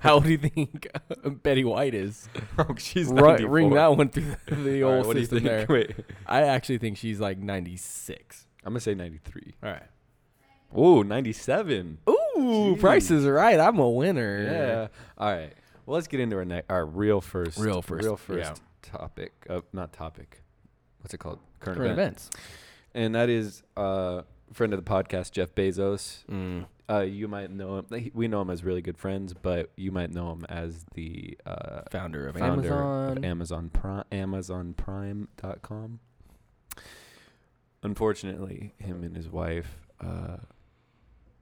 [SPEAKER 1] how old do you think uh, Betty White
[SPEAKER 2] [laughs]
[SPEAKER 1] is?
[SPEAKER 2] oh, she's
[SPEAKER 1] Ru-
[SPEAKER 2] 94.
[SPEAKER 1] ring that one through the, the
[SPEAKER 2] All right,
[SPEAKER 1] old
[SPEAKER 2] what do you
[SPEAKER 1] system there.
[SPEAKER 2] think? [laughs] Wait,
[SPEAKER 1] I actually think she's like 96.
[SPEAKER 2] I'm gonna say 93.
[SPEAKER 1] All right.
[SPEAKER 2] Oh, 97.
[SPEAKER 1] Ooh, price
[SPEAKER 2] Jeez.
[SPEAKER 1] is right. I'm a winner.
[SPEAKER 2] Yeah. All right. Well, let's get into our ne- our real first,
[SPEAKER 1] Real first,
[SPEAKER 2] real first
[SPEAKER 1] yeah.
[SPEAKER 2] topic. Uh, not topic. What's it called? Current,
[SPEAKER 1] Current
[SPEAKER 2] event.
[SPEAKER 1] events.
[SPEAKER 2] And that is uh, friend of the podcast, Jeff Bezos.
[SPEAKER 1] Mm.
[SPEAKER 2] Uh, you might know him. he- We know him as really good friends, but you might know him as the uh,
[SPEAKER 1] Founder of
[SPEAKER 2] founder
[SPEAKER 1] Amazon.
[SPEAKER 2] of Amazon Prime, AmazonPrime.com. Unfortunately, him and his wife uh,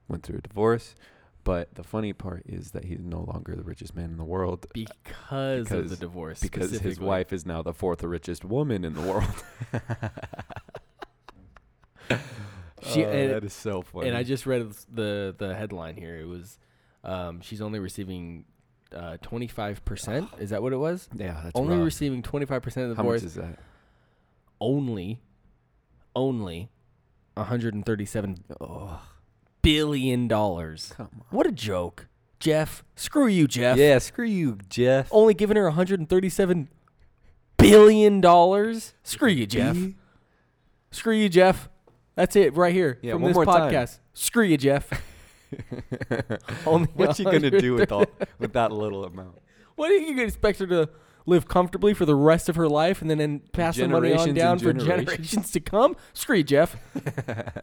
[SPEAKER 2] went through a divorce. But the funny part is that he's no longer the richest man in the world
[SPEAKER 1] because, of the
[SPEAKER 2] Because-
[SPEAKER 1] divorce.
[SPEAKER 2] because his
[SPEAKER 1] specifically.
[SPEAKER 2] wife is now the fourth richest woman in the world. [laughs]
[SPEAKER 1] She-
[SPEAKER 2] Oh,
[SPEAKER 1] and-
[SPEAKER 2] that is so funny.
[SPEAKER 1] And I just read the the headline here. It was, um, she's only receiving twenty five
[SPEAKER 2] [sighs]
[SPEAKER 1] percent. Is that what it was?
[SPEAKER 2] yeah, that's
[SPEAKER 1] only
[SPEAKER 2] rough.
[SPEAKER 1] receiving twenty five percent of the
[SPEAKER 2] How much
[SPEAKER 1] divorce.
[SPEAKER 2] is that?
[SPEAKER 1] Only, only, one hundred and thirty seven
[SPEAKER 2] Oh,
[SPEAKER 1] billion dollars.
[SPEAKER 2] come on.
[SPEAKER 1] What a joke, Jeff. Screw you, Jeff.
[SPEAKER 2] Yeah, screw you, Jeff.
[SPEAKER 1] Only giving her one hundred and thirty seven billion dollars. Screw you,
[SPEAKER 2] [laughs]
[SPEAKER 1] Jeff.
[SPEAKER 2] B.
[SPEAKER 1] Screw you, Jeff. That's it right here
[SPEAKER 2] Yeah,
[SPEAKER 1] from
[SPEAKER 2] one
[SPEAKER 1] this
[SPEAKER 2] more time.
[SPEAKER 1] podcast. Screw you,
[SPEAKER 2] [laughs]
[SPEAKER 1] Jeff. [laughs] Only
[SPEAKER 2] What's she gonna do with
[SPEAKER 1] [laughs]
[SPEAKER 2] [laughs] all with that little amount?
[SPEAKER 1] What are you going to expect her to live comfortably for the rest of her life and then end, pass the money
[SPEAKER 2] Generations
[SPEAKER 1] on
[SPEAKER 2] and
[SPEAKER 1] down for
[SPEAKER 2] generations.
[SPEAKER 1] generations to come? Screw you,
[SPEAKER 2] [laughs]
[SPEAKER 1] Jeff.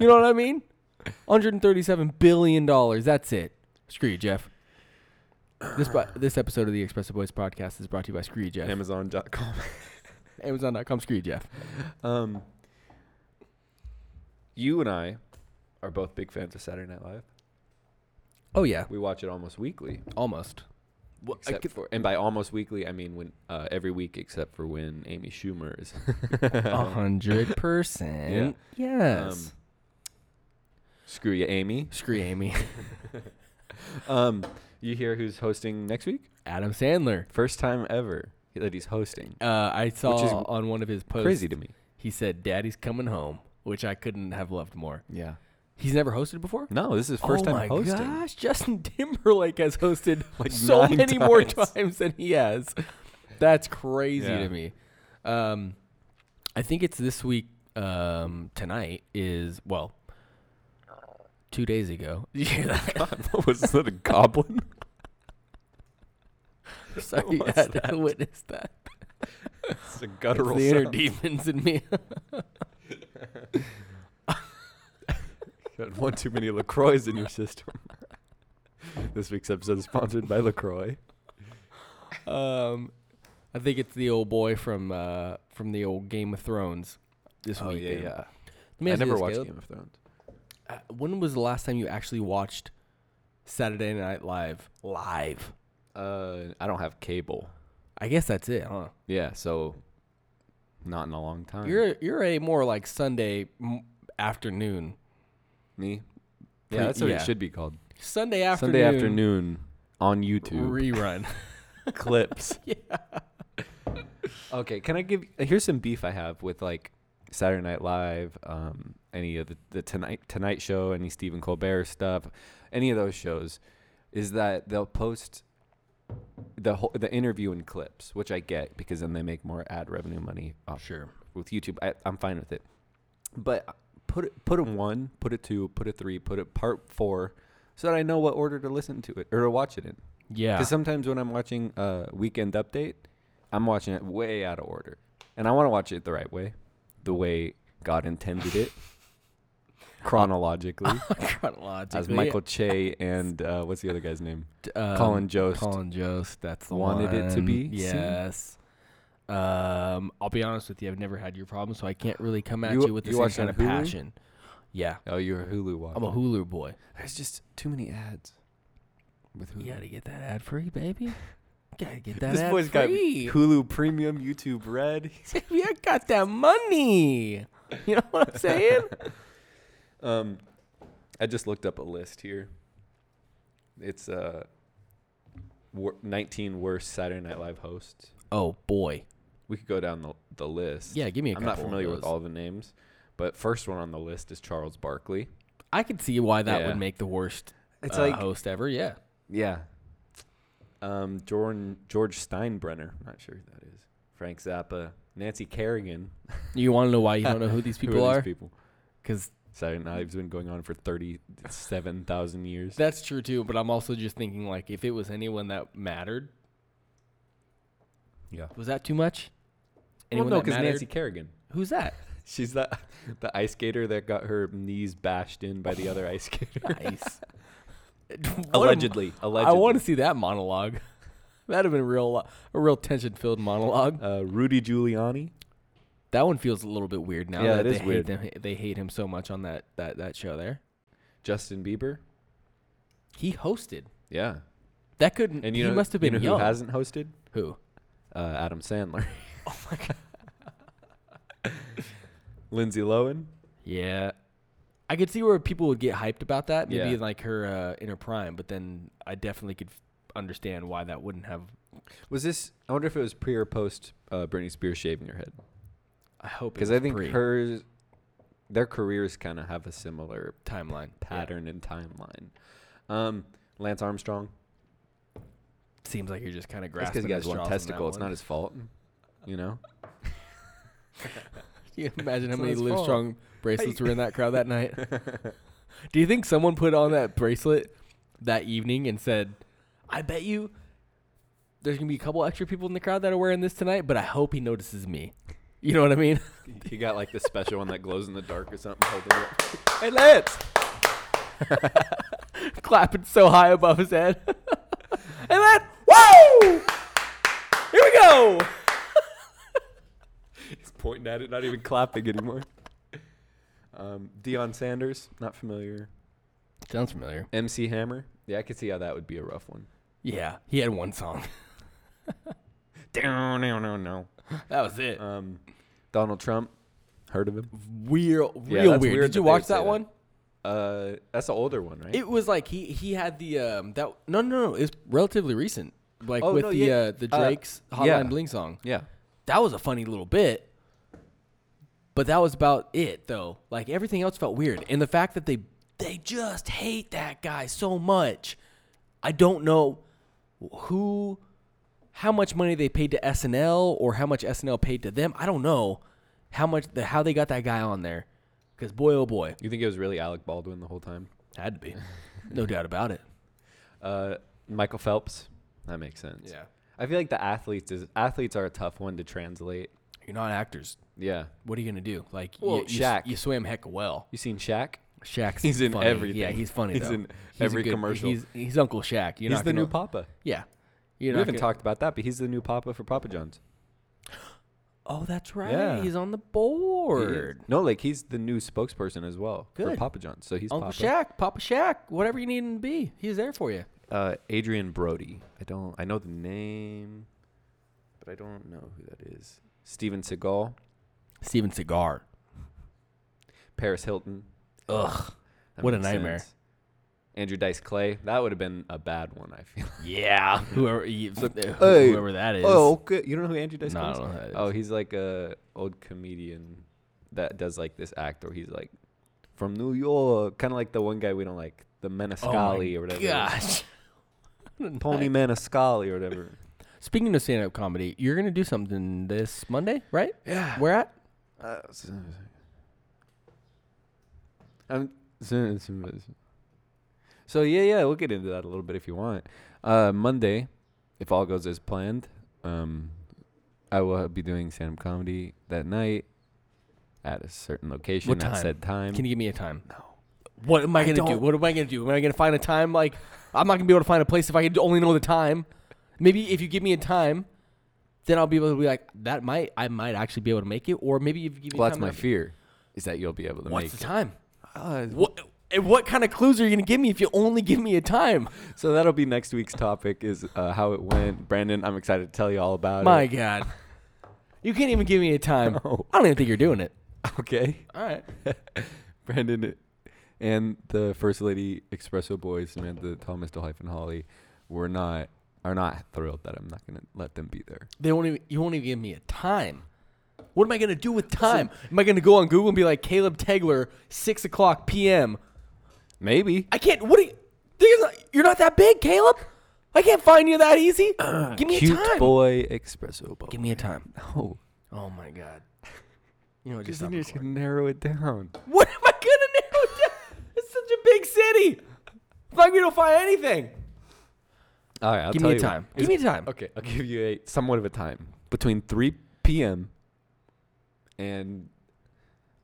[SPEAKER 1] you know what I mean? $137 billion. That's it. Screw you, Jeff. This, po- this episode of the Expressive Boys podcast is brought to you by Screw You Jeff.
[SPEAKER 2] Amazon.com.
[SPEAKER 1] Amazon.com, Screw You Jeff.
[SPEAKER 2] Um, you and I are both big fans of Saturday Night Live.
[SPEAKER 1] Oh, yeah.
[SPEAKER 2] We watch it almost weekly.
[SPEAKER 1] Almost.
[SPEAKER 2] except for, and by almost weekly, I mean when uh, every week except for when Amy Schumer [laughs] is.
[SPEAKER 1] A
[SPEAKER 2] Oh, [laughs]
[SPEAKER 1] 100%. Yes.
[SPEAKER 2] Um, Screw you, Amy.
[SPEAKER 1] Screw you, Amy. [laughs]
[SPEAKER 2] Um, you hear who's hosting next week?
[SPEAKER 1] Adam Sandler.
[SPEAKER 2] First time ever that he's hosting.
[SPEAKER 1] Uh, I saw
[SPEAKER 2] is
[SPEAKER 1] on one of his posts.
[SPEAKER 2] Crazy to me.
[SPEAKER 1] He said, "Daddy's coming home," which I couldn't have loved more.
[SPEAKER 2] Yeah.
[SPEAKER 1] He's never hosted before.
[SPEAKER 2] No, this is first
[SPEAKER 1] oh
[SPEAKER 2] time
[SPEAKER 1] my
[SPEAKER 2] hosting. [laughs]
[SPEAKER 1] gosh! Justin [laughs] Timberlake has hosted
[SPEAKER 2] Like
[SPEAKER 1] so
[SPEAKER 2] nine
[SPEAKER 1] many more
[SPEAKER 2] times.
[SPEAKER 1] times than he has. That's crazy
[SPEAKER 2] Yeah.
[SPEAKER 1] to me. Um, I think it's this week. Um, tonight is well, [laughs] two days ago. Did you hear that?
[SPEAKER 2] what was that a goblin?
[SPEAKER 1] Sorry, you
[SPEAKER 2] [laughs] What's
[SPEAKER 1] had to
[SPEAKER 2] that?
[SPEAKER 1] witness that.
[SPEAKER 2] [laughs] It's a
[SPEAKER 1] It's
[SPEAKER 2] guttural
[SPEAKER 1] the inner
[SPEAKER 2] sound.
[SPEAKER 1] demons in me. [laughs]
[SPEAKER 2] Got one too many LaCroix in your system. [laughs] this week's episode is sponsored by LaCroix.
[SPEAKER 1] um, I think it's the old boy from uh from the old Game of Thrones. This
[SPEAKER 2] Oh,
[SPEAKER 1] weekend. Let me
[SPEAKER 2] I
[SPEAKER 1] ask you
[SPEAKER 2] never
[SPEAKER 1] this,
[SPEAKER 2] watched
[SPEAKER 1] Caleb.
[SPEAKER 2] Game of Thrones.
[SPEAKER 1] Uh, when was the last time you actually watched Saturday Night Live live?
[SPEAKER 2] Uh, I don't have cable.
[SPEAKER 1] I guess that's it, huh?
[SPEAKER 2] Yeah, so not in a long time.
[SPEAKER 1] You're you're a more like Sunday m- afternoon,
[SPEAKER 2] me.
[SPEAKER 1] Pre-
[SPEAKER 2] Yeah, that's what
[SPEAKER 1] yeah.
[SPEAKER 2] it should be called.
[SPEAKER 1] Sunday afternoon,
[SPEAKER 2] Sunday afternoon on YouTube [laughs]
[SPEAKER 1] rerun. [laughs]
[SPEAKER 2] clips. [laughs] yeah. Okay, can I give? Here's some beef I have with like Saturday Night Live, um, any of the, the Tonight Tonight Show, any Stephen Colbert stuff, any of those shows, is that they'll post the whole the interview in clips, which I get because then they make more ad revenue money off
[SPEAKER 1] sure.
[SPEAKER 2] with YouTube. I, I'm fine with it, but put it, put a one, put a two, put a three, put a part four, so that I know what order to listen to it or to watch it in.
[SPEAKER 1] Yeah. [laughs]
[SPEAKER 2] Because sometimes when I'm watching uh, Weekend Update, I'm watching it way out of order, and I want to watch it the right way, the way God intended
[SPEAKER 1] [laughs]
[SPEAKER 2] it, chronologically,
[SPEAKER 1] Chronologically,
[SPEAKER 2] as Michael Che and uh, what's the other guy's name?
[SPEAKER 1] um,
[SPEAKER 2] Colin Jost.
[SPEAKER 1] Colin Jost. That's the
[SPEAKER 2] wanted it to
[SPEAKER 1] one.
[SPEAKER 2] be seen.
[SPEAKER 1] Yes. Um, I'll be honest with you. I've never had your problem, so I can't really come at you,
[SPEAKER 2] You-
[SPEAKER 1] with the
[SPEAKER 2] you
[SPEAKER 1] same
[SPEAKER 2] watch
[SPEAKER 1] kind
[SPEAKER 2] on
[SPEAKER 1] of
[SPEAKER 2] Hulu?
[SPEAKER 1] passion. Yeah,
[SPEAKER 2] Oh, you're a Hulu watcher.
[SPEAKER 1] I'm a Hulu boy.
[SPEAKER 2] There's just too many ads with Hulu.
[SPEAKER 1] You gotta get that ad free, baby. Gotta get [laughs] that
[SPEAKER 2] this
[SPEAKER 1] ad
[SPEAKER 2] boy's got
[SPEAKER 1] free.
[SPEAKER 2] Hulu Premium, YouTube Red.
[SPEAKER 1] Baby, I got that money. You know what I'm saying?
[SPEAKER 2] Um, I just looked up a list here. It's uh, wor- 19 worst Saturday Night Live hosts.
[SPEAKER 1] [laughs] oh boy.
[SPEAKER 2] We could go down the, the list.
[SPEAKER 1] Yeah, give me a
[SPEAKER 2] I'm not
[SPEAKER 1] couple of
[SPEAKER 2] familiar with
[SPEAKER 1] those.
[SPEAKER 2] all the names, but first one on the list is Charles Barkley.
[SPEAKER 1] I could see why that
[SPEAKER 2] Yeah.
[SPEAKER 1] would make the worst
[SPEAKER 2] It's
[SPEAKER 1] uh,
[SPEAKER 2] like-
[SPEAKER 1] host ever. Yeah.
[SPEAKER 2] Yeah. Um, Jordan George Steinbrenner. Not sure who that is. Frank Zappa. Nancy Kerrigan.
[SPEAKER 1] You want to know why you don't know [laughs] who these
[SPEAKER 2] [laughs] Who
[SPEAKER 1] people are?
[SPEAKER 2] are these people?
[SPEAKER 1] Because
[SPEAKER 2] Saturday Night Live's been going on for 37,000 years.
[SPEAKER 1] that's true too. But I'm also just thinking like, if it was anyone that mattered,
[SPEAKER 2] yeah.
[SPEAKER 1] was that too much?
[SPEAKER 2] Well,
[SPEAKER 1] Anyone
[SPEAKER 2] no,
[SPEAKER 1] that
[SPEAKER 2] because
[SPEAKER 1] mattered?
[SPEAKER 2] Nancy Kerrigan.
[SPEAKER 1] Who's that? [laughs]
[SPEAKER 2] She's that the [laughs] ice skater that got her knees bashed in by the other
[SPEAKER 1] [laughs]
[SPEAKER 2] ice skater.
[SPEAKER 1] Nice. What a-
[SPEAKER 2] [laughs] allegedly,
[SPEAKER 1] I
[SPEAKER 2] allegedly.
[SPEAKER 1] want to see that monologue. [laughs] That'd have been a real, a real tension-filled monologue.
[SPEAKER 2] uh, Rudy Giuliani.
[SPEAKER 1] That one feels a little bit weird now.
[SPEAKER 2] Yeah,
[SPEAKER 1] that
[SPEAKER 2] it is
[SPEAKER 1] they
[SPEAKER 2] weird.
[SPEAKER 1] Hate them, they hate him so much on that that that show there.
[SPEAKER 2] Justin Bieber.
[SPEAKER 1] He hosted.
[SPEAKER 2] Yeah.
[SPEAKER 1] That couldn't.
[SPEAKER 2] And you
[SPEAKER 1] he
[SPEAKER 2] know,
[SPEAKER 1] must have been
[SPEAKER 2] you know
[SPEAKER 1] young.
[SPEAKER 2] who hasn't hosted?
[SPEAKER 1] Who?
[SPEAKER 2] Uh, Adam
[SPEAKER 1] [laughs]
[SPEAKER 2] Sandler. Oh my god. [laughs] Lindsay Lohan.
[SPEAKER 1] Yeah, I could see where people would get hyped about that. Maybe
[SPEAKER 2] Yeah.
[SPEAKER 1] like her uh, in her prime, but then I definitely could f- understand why that wouldn't have.
[SPEAKER 2] Was this? I wonder if it was pre or post uh, Britney Spears shaving her head.
[SPEAKER 1] I hope it
[SPEAKER 2] Because I
[SPEAKER 1] was
[SPEAKER 2] think
[SPEAKER 1] pre-
[SPEAKER 2] hers, their careers kind of have a similar
[SPEAKER 1] timeline Yeah.
[SPEAKER 2] pattern and timeline. Um, Lance Armstrong.
[SPEAKER 1] seems like you're just kind of
[SPEAKER 2] That's
[SPEAKER 1] grasping.
[SPEAKER 2] because he has
[SPEAKER 1] at
[SPEAKER 2] one
[SPEAKER 1] straws on
[SPEAKER 2] testicle.
[SPEAKER 1] that
[SPEAKER 2] It's
[SPEAKER 1] one.
[SPEAKER 2] not his fault. You know.
[SPEAKER 1] [laughs] Can you imagine how
[SPEAKER 2] It's not
[SPEAKER 1] many
[SPEAKER 2] his
[SPEAKER 1] Live
[SPEAKER 2] fault.
[SPEAKER 1] Strong bracelets were in that crowd that
[SPEAKER 2] [laughs]
[SPEAKER 1] night? Do you think someone put on that bracelet that evening and said, I bet you there's going to be a couple extra people in the crowd that are wearing this tonight, but I hope he notices me? You know what I mean?
[SPEAKER 2] [laughs]
[SPEAKER 1] [laughs]
[SPEAKER 2] He got like the special one that glows in the dark or something. Holding it. Hey, Lance.
[SPEAKER 1] [laughs] Clapping so high above his head. [laughs] and then, whoa! Here we go!
[SPEAKER 2] [laughs] He's pointing at it, not even clapping anymore. [laughs] Um, Deion Sanders, not familiar.
[SPEAKER 1] Sounds familiar.
[SPEAKER 2] MC Hammer. Yeah, I could see how that would be a rough one. [laughs]
[SPEAKER 1] Yeah, he had one song. [laughs]
[SPEAKER 2] No, no, no, no.
[SPEAKER 1] That was it.
[SPEAKER 2] Um, Donald Trump. Heard of him?
[SPEAKER 1] Real, real
[SPEAKER 2] yeah,
[SPEAKER 1] weird.
[SPEAKER 2] that's weird
[SPEAKER 1] Did
[SPEAKER 2] that
[SPEAKER 1] you
[SPEAKER 2] they
[SPEAKER 1] watch
[SPEAKER 2] would say
[SPEAKER 1] that
[SPEAKER 2] that.
[SPEAKER 1] one?
[SPEAKER 2] Uh, that's the older one, right?
[SPEAKER 1] It was like he he had the um that no no no it's relatively recent like
[SPEAKER 2] Oh,
[SPEAKER 1] with
[SPEAKER 2] no,
[SPEAKER 1] the
[SPEAKER 2] yeah.
[SPEAKER 1] uh, the
[SPEAKER 2] Uh,
[SPEAKER 1] Drake's Hotline
[SPEAKER 2] yeah.
[SPEAKER 1] Bling song.
[SPEAKER 2] yeah.
[SPEAKER 1] That was a funny little bit, but that was about it though. Like everything else felt weird, and the fact that they they just hate that guy so much. I don't know who, how much money they paid to SNL or how much SNL paid to them. I don't know how much the, how they got that guy on there, because boy oh boy
[SPEAKER 2] You think it was really Alec Baldwin the whole time?
[SPEAKER 1] had to
[SPEAKER 2] [laughs]
[SPEAKER 1] be, no doubt about it.
[SPEAKER 2] Uh, Michael Phelps. That makes sense. I I feel like the athletes is athletes are a tough one to translate.
[SPEAKER 1] You're not actors.
[SPEAKER 2] Yeah.
[SPEAKER 1] What are you gonna do? Like,
[SPEAKER 2] Well,
[SPEAKER 1] you, you,
[SPEAKER 2] Shaq.
[SPEAKER 1] you swim heck well.
[SPEAKER 2] You seen Shaq?
[SPEAKER 1] Shaq's
[SPEAKER 2] He's in
[SPEAKER 1] funny.
[SPEAKER 2] everything.
[SPEAKER 1] Yeah, he's funny.
[SPEAKER 2] He's
[SPEAKER 1] though.
[SPEAKER 2] in
[SPEAKER 1] a
[SPEAKER 2] every
[SPEAKER 1] good-
[SPEAKER 2] commercial.
[SPEAKER 1] He's, he's Uncle Shaq. You're
[SPEAKER 2] he's
[SPEAKER 1] not
[SPEAKER 2] the new
[SPEAKER 1] gonna-
[SPEAKER 2] Papa.
[SPEAKER 1] Yeah, you
[SPEAKER 2] we haven't talked about that, but he's the new Papa for Papa John's.
[SPEAKER 1] Oh, that's right.
[SPEAKER 2] Yeah.
[SPEAKER 1] He's on the
[SPEAKER 2] He is.
[SPEAKER 1] board.
[SPEAKER 2] No, like he's the new spokesperson as well for
[SPEAKER 1] Good.
[SPEAKER 2] Papa John's. So he's
[SPEAKER 1] Uncle
[SPEAKER 2] Papa.
[SPEAKER 1] Shaq, Papa Shaq, whatever you need him to be, he's there for you.
[SPEAKER 2] Uh, Adrian Brody. I don't. I know the name, but I don't know who that is. Steven Seagal,
[SPEAKER 1] Steven Cigar.
[SPEAKER 2] Paris Hilton.
[SPEAKER 1] Ugh.
[SPEAKER 2] That
[SPEAKER 1] What a
[SPEAKER 2] makes
[SPEAKER 1] nightmare.
[SPEAKER 2] Andrew Dice Clay. That would have been a bad one. I feel.
[SPEAKER 1] Yeah. [laughs] Whoever you, who-
[SPEAKER 2] hey,
[SPEAKER 1] whoever that is.
[SPEAKER 2] Oh, okay. You don't know who Andrew Dice
[SPEAKER 1] No, I
[SPEAKER 2] Clay
[SPEAKER 1] don't know
[SPEAKER 2] is?
[SPEAKER 1] who that is.
[SPEAKER 2] Oh, he's like a old comedian that does like this act where he's like from New York, kind of like the one guy we don't like, the
[SPEAKER 1] Oh my
[SPEAKER 2] Maniscalco or
[SPEAKER 1] [laughs]
[SPEAKER 2] whatever.
[SPEAKER 1] Gosh.
[SPEAKER 2] Pony Maniscalco
[SPEAKER 1] [laughs]
[SPEAKER 2] or whatever.
[SPEAKER 1] Speaking of stand up comedy, you're gonna do something this Monday, right?
[SPEAKER 2] Yeah.
[SPEAKER 1] Where at?
[SPEAKER 2] Uh, s- I'm so yeah, yeah. We'll get into that a little bit if you want. Uh, Monday, if all goes as planned, um, I will be doing stand-up comedy that night at a certain location
[SPEAKER 1] What
[SPEAKER 2] at
[SPEAKER 1] time?
[SPEAKER 2] said time.
[SPEAKER 1] Can you give me a time? No. What am I gonna do?
[SPEAKER 2] don't-
[SPEAKER 1] What am I gonna do? Am I gonna find a time? Like, I'm not gonna be able to find a place if I could only know the time. Maybe if you give me a time, then I'll be able to be like, that might, I might actually be able to make it. Or maybe if you give me
[SPEAKER 2] well,
[SPEAKER 1] a
[SPEAKER 2] that's
[SPEAKER 1] time,
[SPEAKER 2] my
[SPEAKER 1] then I'll be-
[SPEAKER 2] fear, is that you'll be able to
[SPEAKER 1] What's the
[SPEAKER 2] make.
[SPEAKER 1] time?
[SPEAKER 2] it.
[SPEAKER 1] What? And what kind of clues are you gonna give me if you only give me a time?
[SPEAKER 2] so that'll be next week's topic is uh, how it went. Brandon, I'm excited to tell you all about
[SPEAKER 1] My
[SPEAKER 2] it.
[SPEAKER 1] God, you can't even give me a time.
[SPEAKER 2] [laughs] No.
[SPEAKER 1] I don't even think you're doing it.
[SPEAKER 2] [laughs] Okay.
[SPEAKER 1] All right.
[SPEAKER 2] Brandon and the First Lady Espresso Boys, Samantha Thomas, Del Hyphen Holly, were not are not thrilled that I'm not gonna let them be there.
[SPEAKER 1] They won't even, you won't even give me a time. What am I gonna do with time? Am I gonna go on Google and be like Caleb Tegler, six o'clock p.m.
[SPEAKER 2] Maybe.
[SPEAKER 1] I can't. What? Are you, there's not- you're not that big, Caleb. I can't find you that
[SPEAKER 2] [clears throat]
[SPEAKER 1] easy. give me
[SPEAKER 2] Cute
[SPEAKER 1] a time.
[SPEAKER 2] boy espresso boy.
[SPEAKER 1] Give me a time.
[SPEAKER 2] no.
[SPEAKER 1] Oh my god. You know, what,
[SPEAKER 2] Because
[SPEAKER 1] just,
[SPEAKER 2] then
[SPEAKER 1] stop
[SPEAKER 2] you're just
[SPEAKER 1] recording.
[SPEAKER 2] gonna narrow it down.
[SPEAKER 1] what am I gonna narrow down? It's such a big city. It's like we don't find anything.
[SPEAKER 2] All right, I'll
[SPEAKER 1] Give
[SPEAKER 2] tell
[SPEAKER 1] me a
[SPEAKER 2] you
[SPEAKER 1] time.
[SPEAKER 2] what.
[SPEAKER 1] Give me a time.
[SPEAKER 2] Okay, I'll give you a somewhat of a time between 3 p.m. and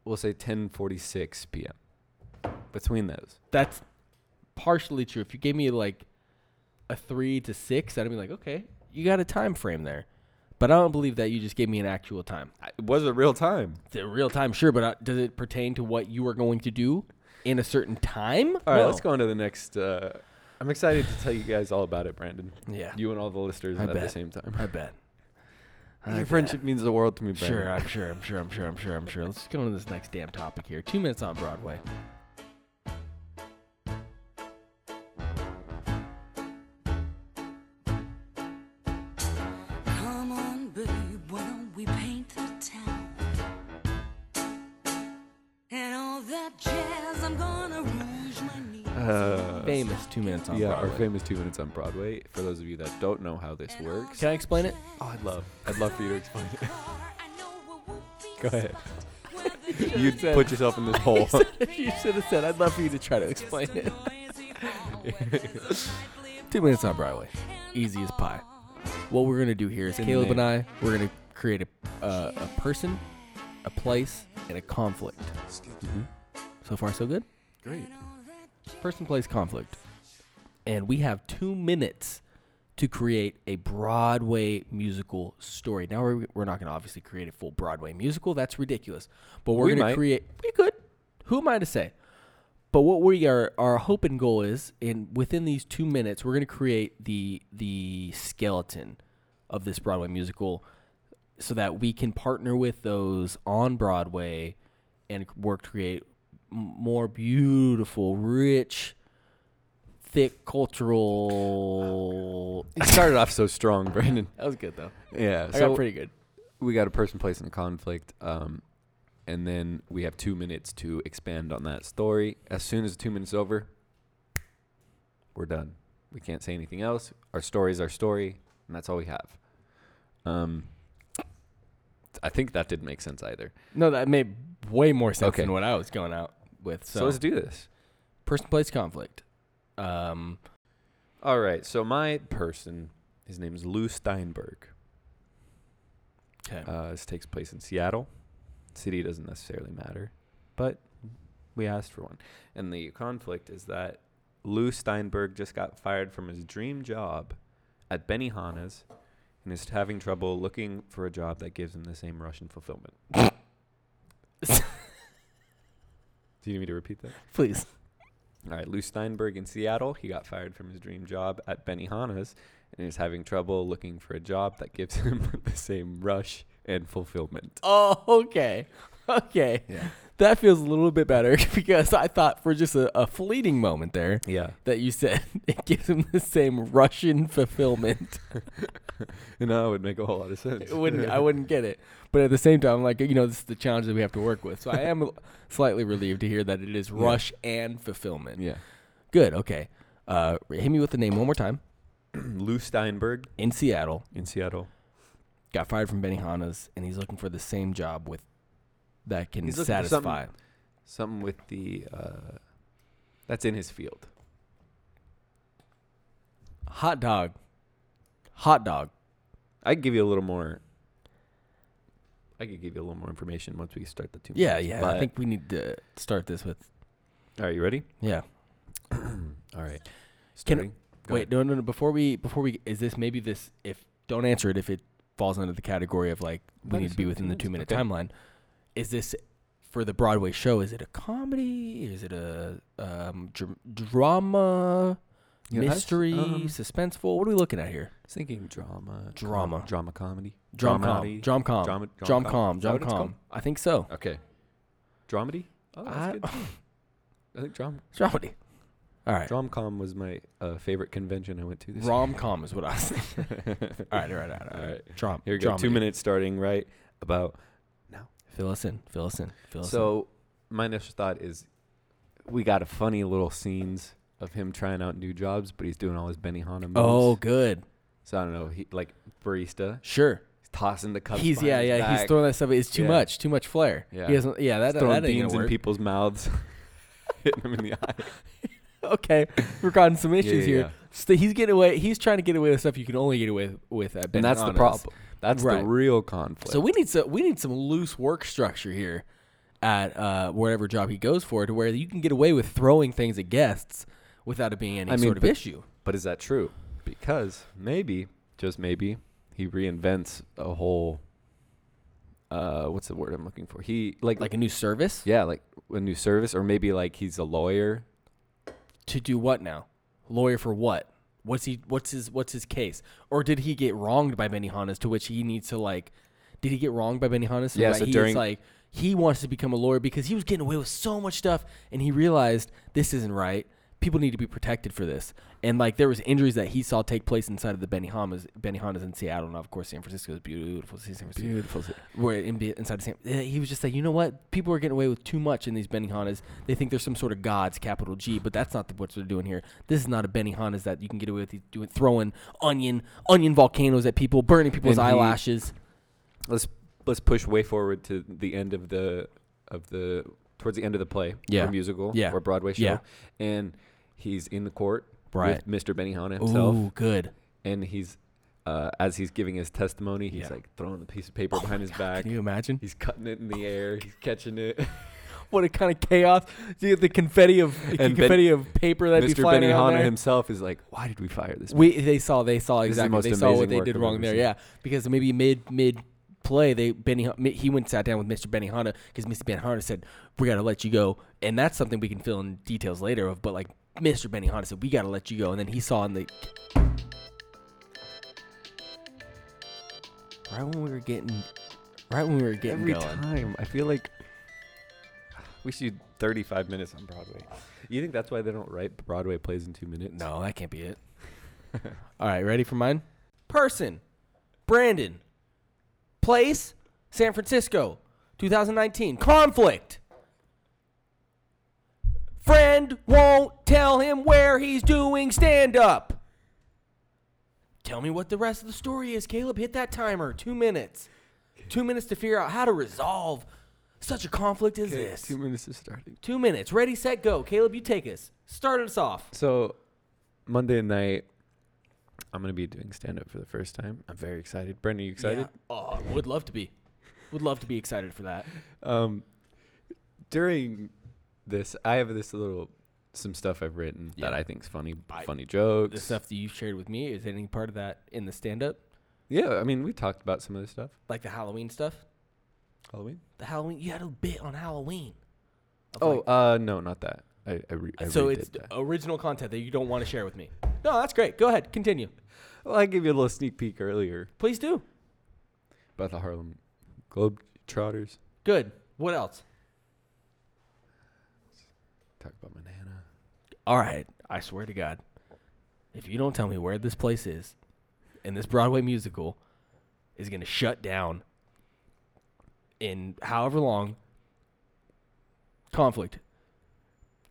[SPEAKER 2] we'll say 10:46 p.m. Between those,
[SPEAKER 1] That's partially true. If you gave me like a three to six, I'd be like, okay, you got a time frame there. But I don't believe that you just gave me an actual time.
[SPEAKER 2] I- it was a real time.
[SPEAKER 1] The real time, sure, but uh, does it pertain to what you are going to do in a certain time?
[SPEAKER 2] All right, let's go on to the next. Uh, I'm excited to tell you guys all about it, Brandon.
[SPEAKER 1] Yeah.
[SPEAKER 2] You and all the listeners
[SPEAKER 1] I
[SPEAKER 2] at the
[SPEAKER 1] bet.
[SPEAKER 2] same time.
[SPEAKER 1] I bet.
[SPEAKER 2] Your friendship means the world to me, Brandon.
[SPEAKER 1] Sure, I'm sure, I'm sure, I'm sure, I'm sure, I'm sure. Let's go on to this next damn topic here. Two minutes on Broadway.
[SPEAKER 5] Come on, babe, why don't we paint the town? And all that jazz, I'm gonna rouge my knees.
[SPEAKER 1] Famous two minutes on
[SPEAKER 2] Uh, Yeah,
[SPEAKER 1] Broadway.
[SPEAKER 2] our famous two minutes on Broadway. For those of you that don't know how this works,
[SPEAKER 1] Can I explain
[SPEAKER 2] [laughs]
[SPEAKER 1] it? [laughs]
[SPEAKER 2] oh, I'd love, I'd love for you to explain it.
[SPEAKER 5] Go ahead.
[SPEAKER 1] [laughs]
[SPEAKER 2] You'd put yourself in [laughs] this hole.
[SPEAKER 1] you should have said, I'd love for you to try to explain it. [laughs] Two minutes on Broadway. Easy as pie. What we're gonna do here is
[SPEAKER 2] the
[SPEAKER 1] Caleb and
[SPEAKER 2] name.
[SPEAKER 1] I we're gonna create a uh, a person, a place, and a conflict. So far, so good.
[SPEAKER 2] Great.
[SPEAKER 1] Person, place, conflict, and we have two minutes to create a Broadway musical story. Now we're, we're not gonna obviously create a full Broadway musical. That's ridiculous. But we're
[SPEAKER 2] We
[SPEAKER 1] gonna
[SPEAKER 2] might.
[SPEAKER 1] create. We could. Who am I to say? But what we are our hope and goal is, and within these two minutes, we're going to create the the skeleton of this Broadway musical, so that we can partner with those on Broadway and work to create m- more beautiful, rich, thick cultural.
[SPEAKER 2] It started off so strong, Brandon.
[SPEAKER 1] That was good though.
[SPEAKER 2] Yeah.
[SPEAKER 1] I
[SPEAKER 2] so
[SPEAKER 1] got pretty good.
[SPEAKER 2] we got a person, place, and a conflict. Um, and then we have two minutes to expand on that story. As soon as the two minutes over, we're done. We can't say anything else. Our story is our story, and that's all we have. Um, I think that didn't make sense either.
[SPEAKER 1] No, that made way more sense
[SPEAKER 2] Okay.
[SPEAKER 1] than what I was going out with.
[SPEAKER 2] So,
[SPEAKER 1] So,
[SPEAKER 2] let's do this.
[SPEAKER 1] person, place, conflict. Um,
[SPEAKER 2] All right. So my person His name is Lou Steinberg.
[SPEAKER 1] Okay.
[SPEAKER 2] Uh, this takes place in Seattle. City doesn't necessarily matter, but we asked for one. And the conflict is that Lou Steinberg just got fired from his dream job at Benihana's and is having trouble looking for a job that gives him the same Russian fulfillment. Do you need me to repeat that?
[SPEAKER 1] Please.
[SPEAKER 2] All right, Lou Steinberg in Seattle. He got fired from his dream job at Benihana's and is having trouble looking for a job that gives [laughs] him the same rush and fulfillment.
[SPEAKER 1] Oh, okay. Okay.
[SPEAKER 2] Yeah.
[SPEAKER 1] That feels a little bit better [laughs] because I thought for just a, a fleeting moment there
[SPEAKER 2] Yeah.
[SPEAKER 1] that you said [laughs] it gives him the same Russian fulfillment.
[SPEAKER 2] You know, it would make a whole lot of sense.
[SPEAKER 1] It wouldn't
[SPEAKER 2] [laughs]
[SPEAKER 1] I wouldn't get it. But at the same time, like you know, this is the challenge that we have to work with. So I am slightly relieved to hear that it is rush and fulfillment.
[SPEAKER 2] Yeah.
[SPEAKER 1] Good. Okay. Uh, hit me with the name one more time.
[SPEAKER 2] [clears throat] Lou Steinberg
[SPEAKER 1] In Seattle,
[SPEAKER 2] in Seattle.
[SPEAKER 1] got fired from Benihana's, and he's looking for the same job with that can
[SPEAKER 2] He's looking for something-
[SPEAKER 1] satisfy.
[SPEAKER 2] Something with the uh that's in his field.
[SPEAKER 1] Hot dog. Hot dog.
[SPEAKER 2] I could give you a little more I could give you a little more information once we start the two
[SPEAKER 1] Yeah,
[SPEAKER 2] minutes,
[SPEAKER 1] yeah.
[SPEAKER 2] But,
[SPEAKER 1] I think we need to start this with
[SPEAKER 2] All right, you ready?
[SPEAKER 1] yeah.
[SPEAKER 2] All right.
[SPEAKER 1] Can-
[SPEAKER 2] Starting. Go
[SPEAKER 1] Wait, no, no, no. Before we, before we, is this maybe this? If don't answer it, if it falls under the category of like we
[SPEAKER 2] That
[SPEAKER 1] need
[SPEAKER 2] is
[SPEAKER 1] to be
[SPEAKER 2] fine.
[SPEAKER 1] within the
[SPEAKER 2] Yes,
[SPEAKER 1] two minute
[SPEAKER 2] okay.
[SPEAKER 1] timeline, is this for the Broadway show? Is it a comedy? Is it a um, dr- drama,
[SPEAKER 2] Yeah, that's-
[SPEAKER 1] mystery,
[SPEAKER 2] um,
[SPEAKER 1] suspenseful? What are we looking at here?
[SPEAKER 2] I was thinking drama.
[SPEAKER 1] Drama.
[SPEAKER 2] Com- drama comedy.
[SPEAKER 1] Dromcom,
[SPEAKER 2] Dramedy.
[SPEAKER 1] Dromcom,
[SPEAKER 2] Drama-
[SPEAKER 1] Dromcom,
[SPEAKER 2] Is that what it's
[SPEAKER 1] Dromcom.
[SPEAKER 2] called?
[SPEAKER 1] I think so.
[SPEAKER 2] Okay. Dramedy? Oh, that's
[SPEAKER 1] I-
[SPEAKER 2] good. too. I think dram-
[SPEAKER 1] [laughs] Dramedy. All right,
[SPEAKER 2] Dromcom was my uh, favorite convention I went to this year.
[SPEAKER 1] rom com is what I was. Thinking. all right, all right, all right, all
[SPEAKER 2] All
[SPEAKER 1] right.
[SPEAKER 2] right.
[SPEAKER 1] Dram.
[SPEAKER 2] [laughs] Here we go. Two
[SPEAKER 1] dramedy.
[SPEAKER 2] minutes starting right about
[SPEAKER 1] Fill us in. Fill us in. Fill us in.
[SPEAKER 2] So my initial thought is, we got a funny little scenes of him trying out new jobs, but he's doing all his Benihana moves.
[SPEAKER 1] Oh, good.
[SPEAKER 2] so I don't know, he like barista,
[SPEAKER 1] Sure.
[SPEAKER 2] he's tossing the cups.
[SPEAKER 1] he's yeah
[SPEAKER 2] behind his
[SPEAKER 1] yeah he's
[SPEAKER 2] back,
[SPEAKER 1] throwing that stuff it's too
[SPEAKER 2] Yeah.
[SPEAKER 1] much too much flair
[SPEAKER 2] Yeah.
[SPEAKER 1] he doesn't yeah that,
[SPEAKER 2] throwing
[SPEAKER 1] that ain't
[SPEAKER 2] beans
[SPEAKER 1] gonna
[SPEAKER 2] in
[SPEAKER 1] work.
[SPEAKER 2] people's mouths, [laughs] hitting them in the eye.
[SPEAKER 1] [laughs] okay we're gotten some issues
[SPEAKER 2] yeah,
[SPEAKER 1] here
[SPEAKER 2] yeah.
[SPEAKER 1] So he's getting away he's trying to get away with stuff you can only get away with at
[SPEAKER 2] And that's the
[SPEAKER 1] Benihana's.
[SPEAKER 2] problem. That's
[SPEAKER 1] Right.
[SPEAKER 2] the real conflict.
[SPEAKER 1] so we need some we need some loose work structure here at uh whatever job he goes for to where you can get away with throwing things at guests without it being any
[SPEAKER 2] I mean,
[SPEAKER 1] sort of
[SPEAKER 2] but-
[SPEAKER 1] issue
[SPEAKER 2] but is that true? Because maybe, just maybe, he reinvents a whole. Uh, what's the word I'm looking for? He like
[SPEAKER 1] like a new service
[SPEAKER 2] Yeah, like a new service, or maybe like he's a lawyer.
[SPEAKER 1] to do what now lawyer for what what's he what's his what's his case or did he get wronged by Benihana's to which he needs to like did he get wronged by Benihana's so
[SPEAKER 2] Yeah,
[SPEAKER 1] that
[SPEAKER 2] so
[SPEAKER 1] he's
[SPEAKER 2] during-
[SPEAKER 1] like he wants to become a lawyer because he was getting away with so much stuff and he realized this isn't right people need to be protected for this and like there was injuries that he saw take place inside of the Benihana's Benihana's in Seattle and of course San Francisco is beautiful San Francisco
[SPEAKER 2] Beautiful.
[SPEAKER 1] where in, inside of San, eh, he was just like, you know what? People are getting away with too much in these Benihanas. They think they're some sort of gods, capital G, but that's not the, what they're doing here. This is not a Benihanas that you can get away with He's doing throwing onion onion volcanoes at people, burning people's
[SPEAKER 2] And he-
[SPEAKER 1] eyelashes.
[SPEAKER 2] Let's let's push way forward to the end of the of the towards the end of the play,
[SPEAKER 1] Yeah.
[SPEAKER 2] or musical,
[SPEAKER 1] Yeah.
[SPEAKER 2] or Broadway show,
[SPEAKER 1] Yeah.
[SPEAKER 2] and he's in the court
[SPEAKER 1] Right.
[SPEAKER 2] with Mr. Benihana himself,
[SPEAKER 1] Ooh, good.
[SPEAKER 2] and he's uh, as he's giving his testimony, he's
[SPEAKER 1] Yeah. Oh
[SPEAKER 2] like throwing the piece of paper behind his back.
[SPEAKER 1] Can you imagine
[SPEAKER 2] He's cutting it in the air. He's catching it.
[SPEAKER 1] what a kind of chaos? See the confetti of
[SPEAKER 2] Ben-
[SPEAKER 1] confetti of paper that'd be
[SPEAKER 2] Mr.
[SPEAKER 1] flying around
[SPEAKER 2] Benihana
[SPEAKER 1] there.
[SPEAKER 2] himself is like, "Why did we fire this?" man?"
[SPEAKER 1] We they saw they saw
[SPEAKER 2] This is the
[SPEAKER 1] exactly
[SPEAKER 2] most
[SPEAKER 1] they saw what
[SPEAKER 2] amazing
[SPEAKER 1] they
[SPEAKER 2] work
[SPEAKER 1] did
[SPEAKER 2] I've
[SPEAKER 1] wrong
[SPEAKER 2] ever
[SPEAKER 1] there.
[SPEAKER 2] seen.
[SPEAKER 1] Yeah, because maybe mid mid play they Benny Mi- he went and sat down with Mr. Benny Hanna because Mr. Benny Hanna said we got to let you go, and that's something we can fill in details later of. But like Mr. Benny Hanna said, we got to let you go, and then he saw in the right when we were getting right when we were getting
[SPEAKER 2] every
[SPEAKER 1] going.
[SPEAKER 2] time. I feel like we should 35 minutes on Broadway. You think that's why they don't write Broadway plays in two minutes?
[SPEAKER 1] No, that can't be it. [laughs] All right, ready for mine? Person, Brandon, place, San Francisco, 2019. Conflict. Friend won't tell him where he's doing stand up. Tell me what the rest of the story is, Caleb. Hit that timer. Two minutes. Two minutes to figure out how to resolve such a conflict as
[SPEAKER 2] Okay,
[SPEAKER 1] this.
[SPEAKER 2] two minutes is starting.
[SPEAKER 1] Two minutes. Ready, set, go. Caleb, you take us. Start us off.
[SPEAKER 2] So Monday night, I'm gonna be doing stand up for the first time. I'm very excited. Brendan, you excited?
[SPEAKER 1] Yeah. Oh, would love to be. Would love to be excited for that.
[SPEAKER 2] Um, during this, I have this little some stuff I've written
[SPEAKER 1] Yeah.
[SPEAKER 2] that I think's funny,
[SPEAKER 1] I-
[SPEAKER 2] funny jokes.
[SPEAKER 1] The stuff that you shared with me is any part of that in the stand up,
[SPEAKER 2] Yeah, I mean, we talked about some of this stuff.
[SPEAKER 1] like the Halloween stuff.
[SPEAKER 2] Halloween.
[SPEAKER 1] The Halloween you had a bit on Halloween. Of
[SPEAKER 2] Oh,
[SPEAKER 1] like-
[SPEAKER 2] uh, no, not that. I, I, re- I
[SPEAKER 1] so
[SPEAKER 2] redid
[SPEAKER 1] it's
[SPEAKER 2] that.
[SPEAKER 1] original content that you don't want to share with me. No, that's great. Go ahead, continue.
[SPEAKER 2] Well, I gave you a little sneak peek earlier
[SPEAKER 1] Please do.
[SPEAKER 2] about the Harlem Globetrotters.
[SPEAKER 1] Good. What else?
[SPEAKER 2] Talk about my nana.
[SPEAKER 1] All right. I swear to God, if you don't tell me where this place is, and this Broadway musical is going to shut down in however long, conflict.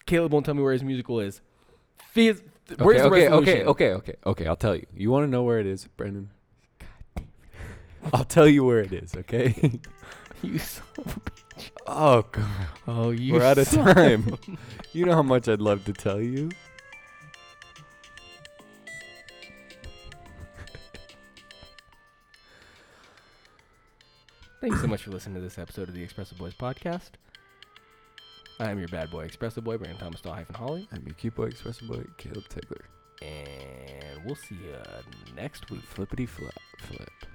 [SPEAKER 1] Caleb won't tell me where his musical is. Fizz, where's the
[SPEAKER 2] okay, okay, okay,
[SPEAKER 1] resolution?
[SPEAKER 2] okay, okay, okay. I'll tell you. You want to know where it is, Brendan? I'll tell you where it [laughs] is. Okay.
[SPEAKER 1] [laughs]
[SPEAKER 2] [laughs]
[SPEAKER 1] You son of a bitch.
[SPEAKER 2] oh God.
[SPEAKER 1] Oh, you.
[SPEAKER 2] We're out of
[SPEAKER 1] son-
[SPEAKER 2] [laughs] time. you know how much I'd love to tell you.
[SPEAKER 1] Thanks so much for listening to this episode of the Expressive Boys podcast. I am your bad boy, Expressive Boy, Brandon Thomas Dahl hyphen Holly,
[SPEAKER 2] I'm your cute boy, expressive boy, Caleb Tickler.
[SPEAKER 1] and we'll see you next week.
[SPEAKER 2] Flippity flop, flip.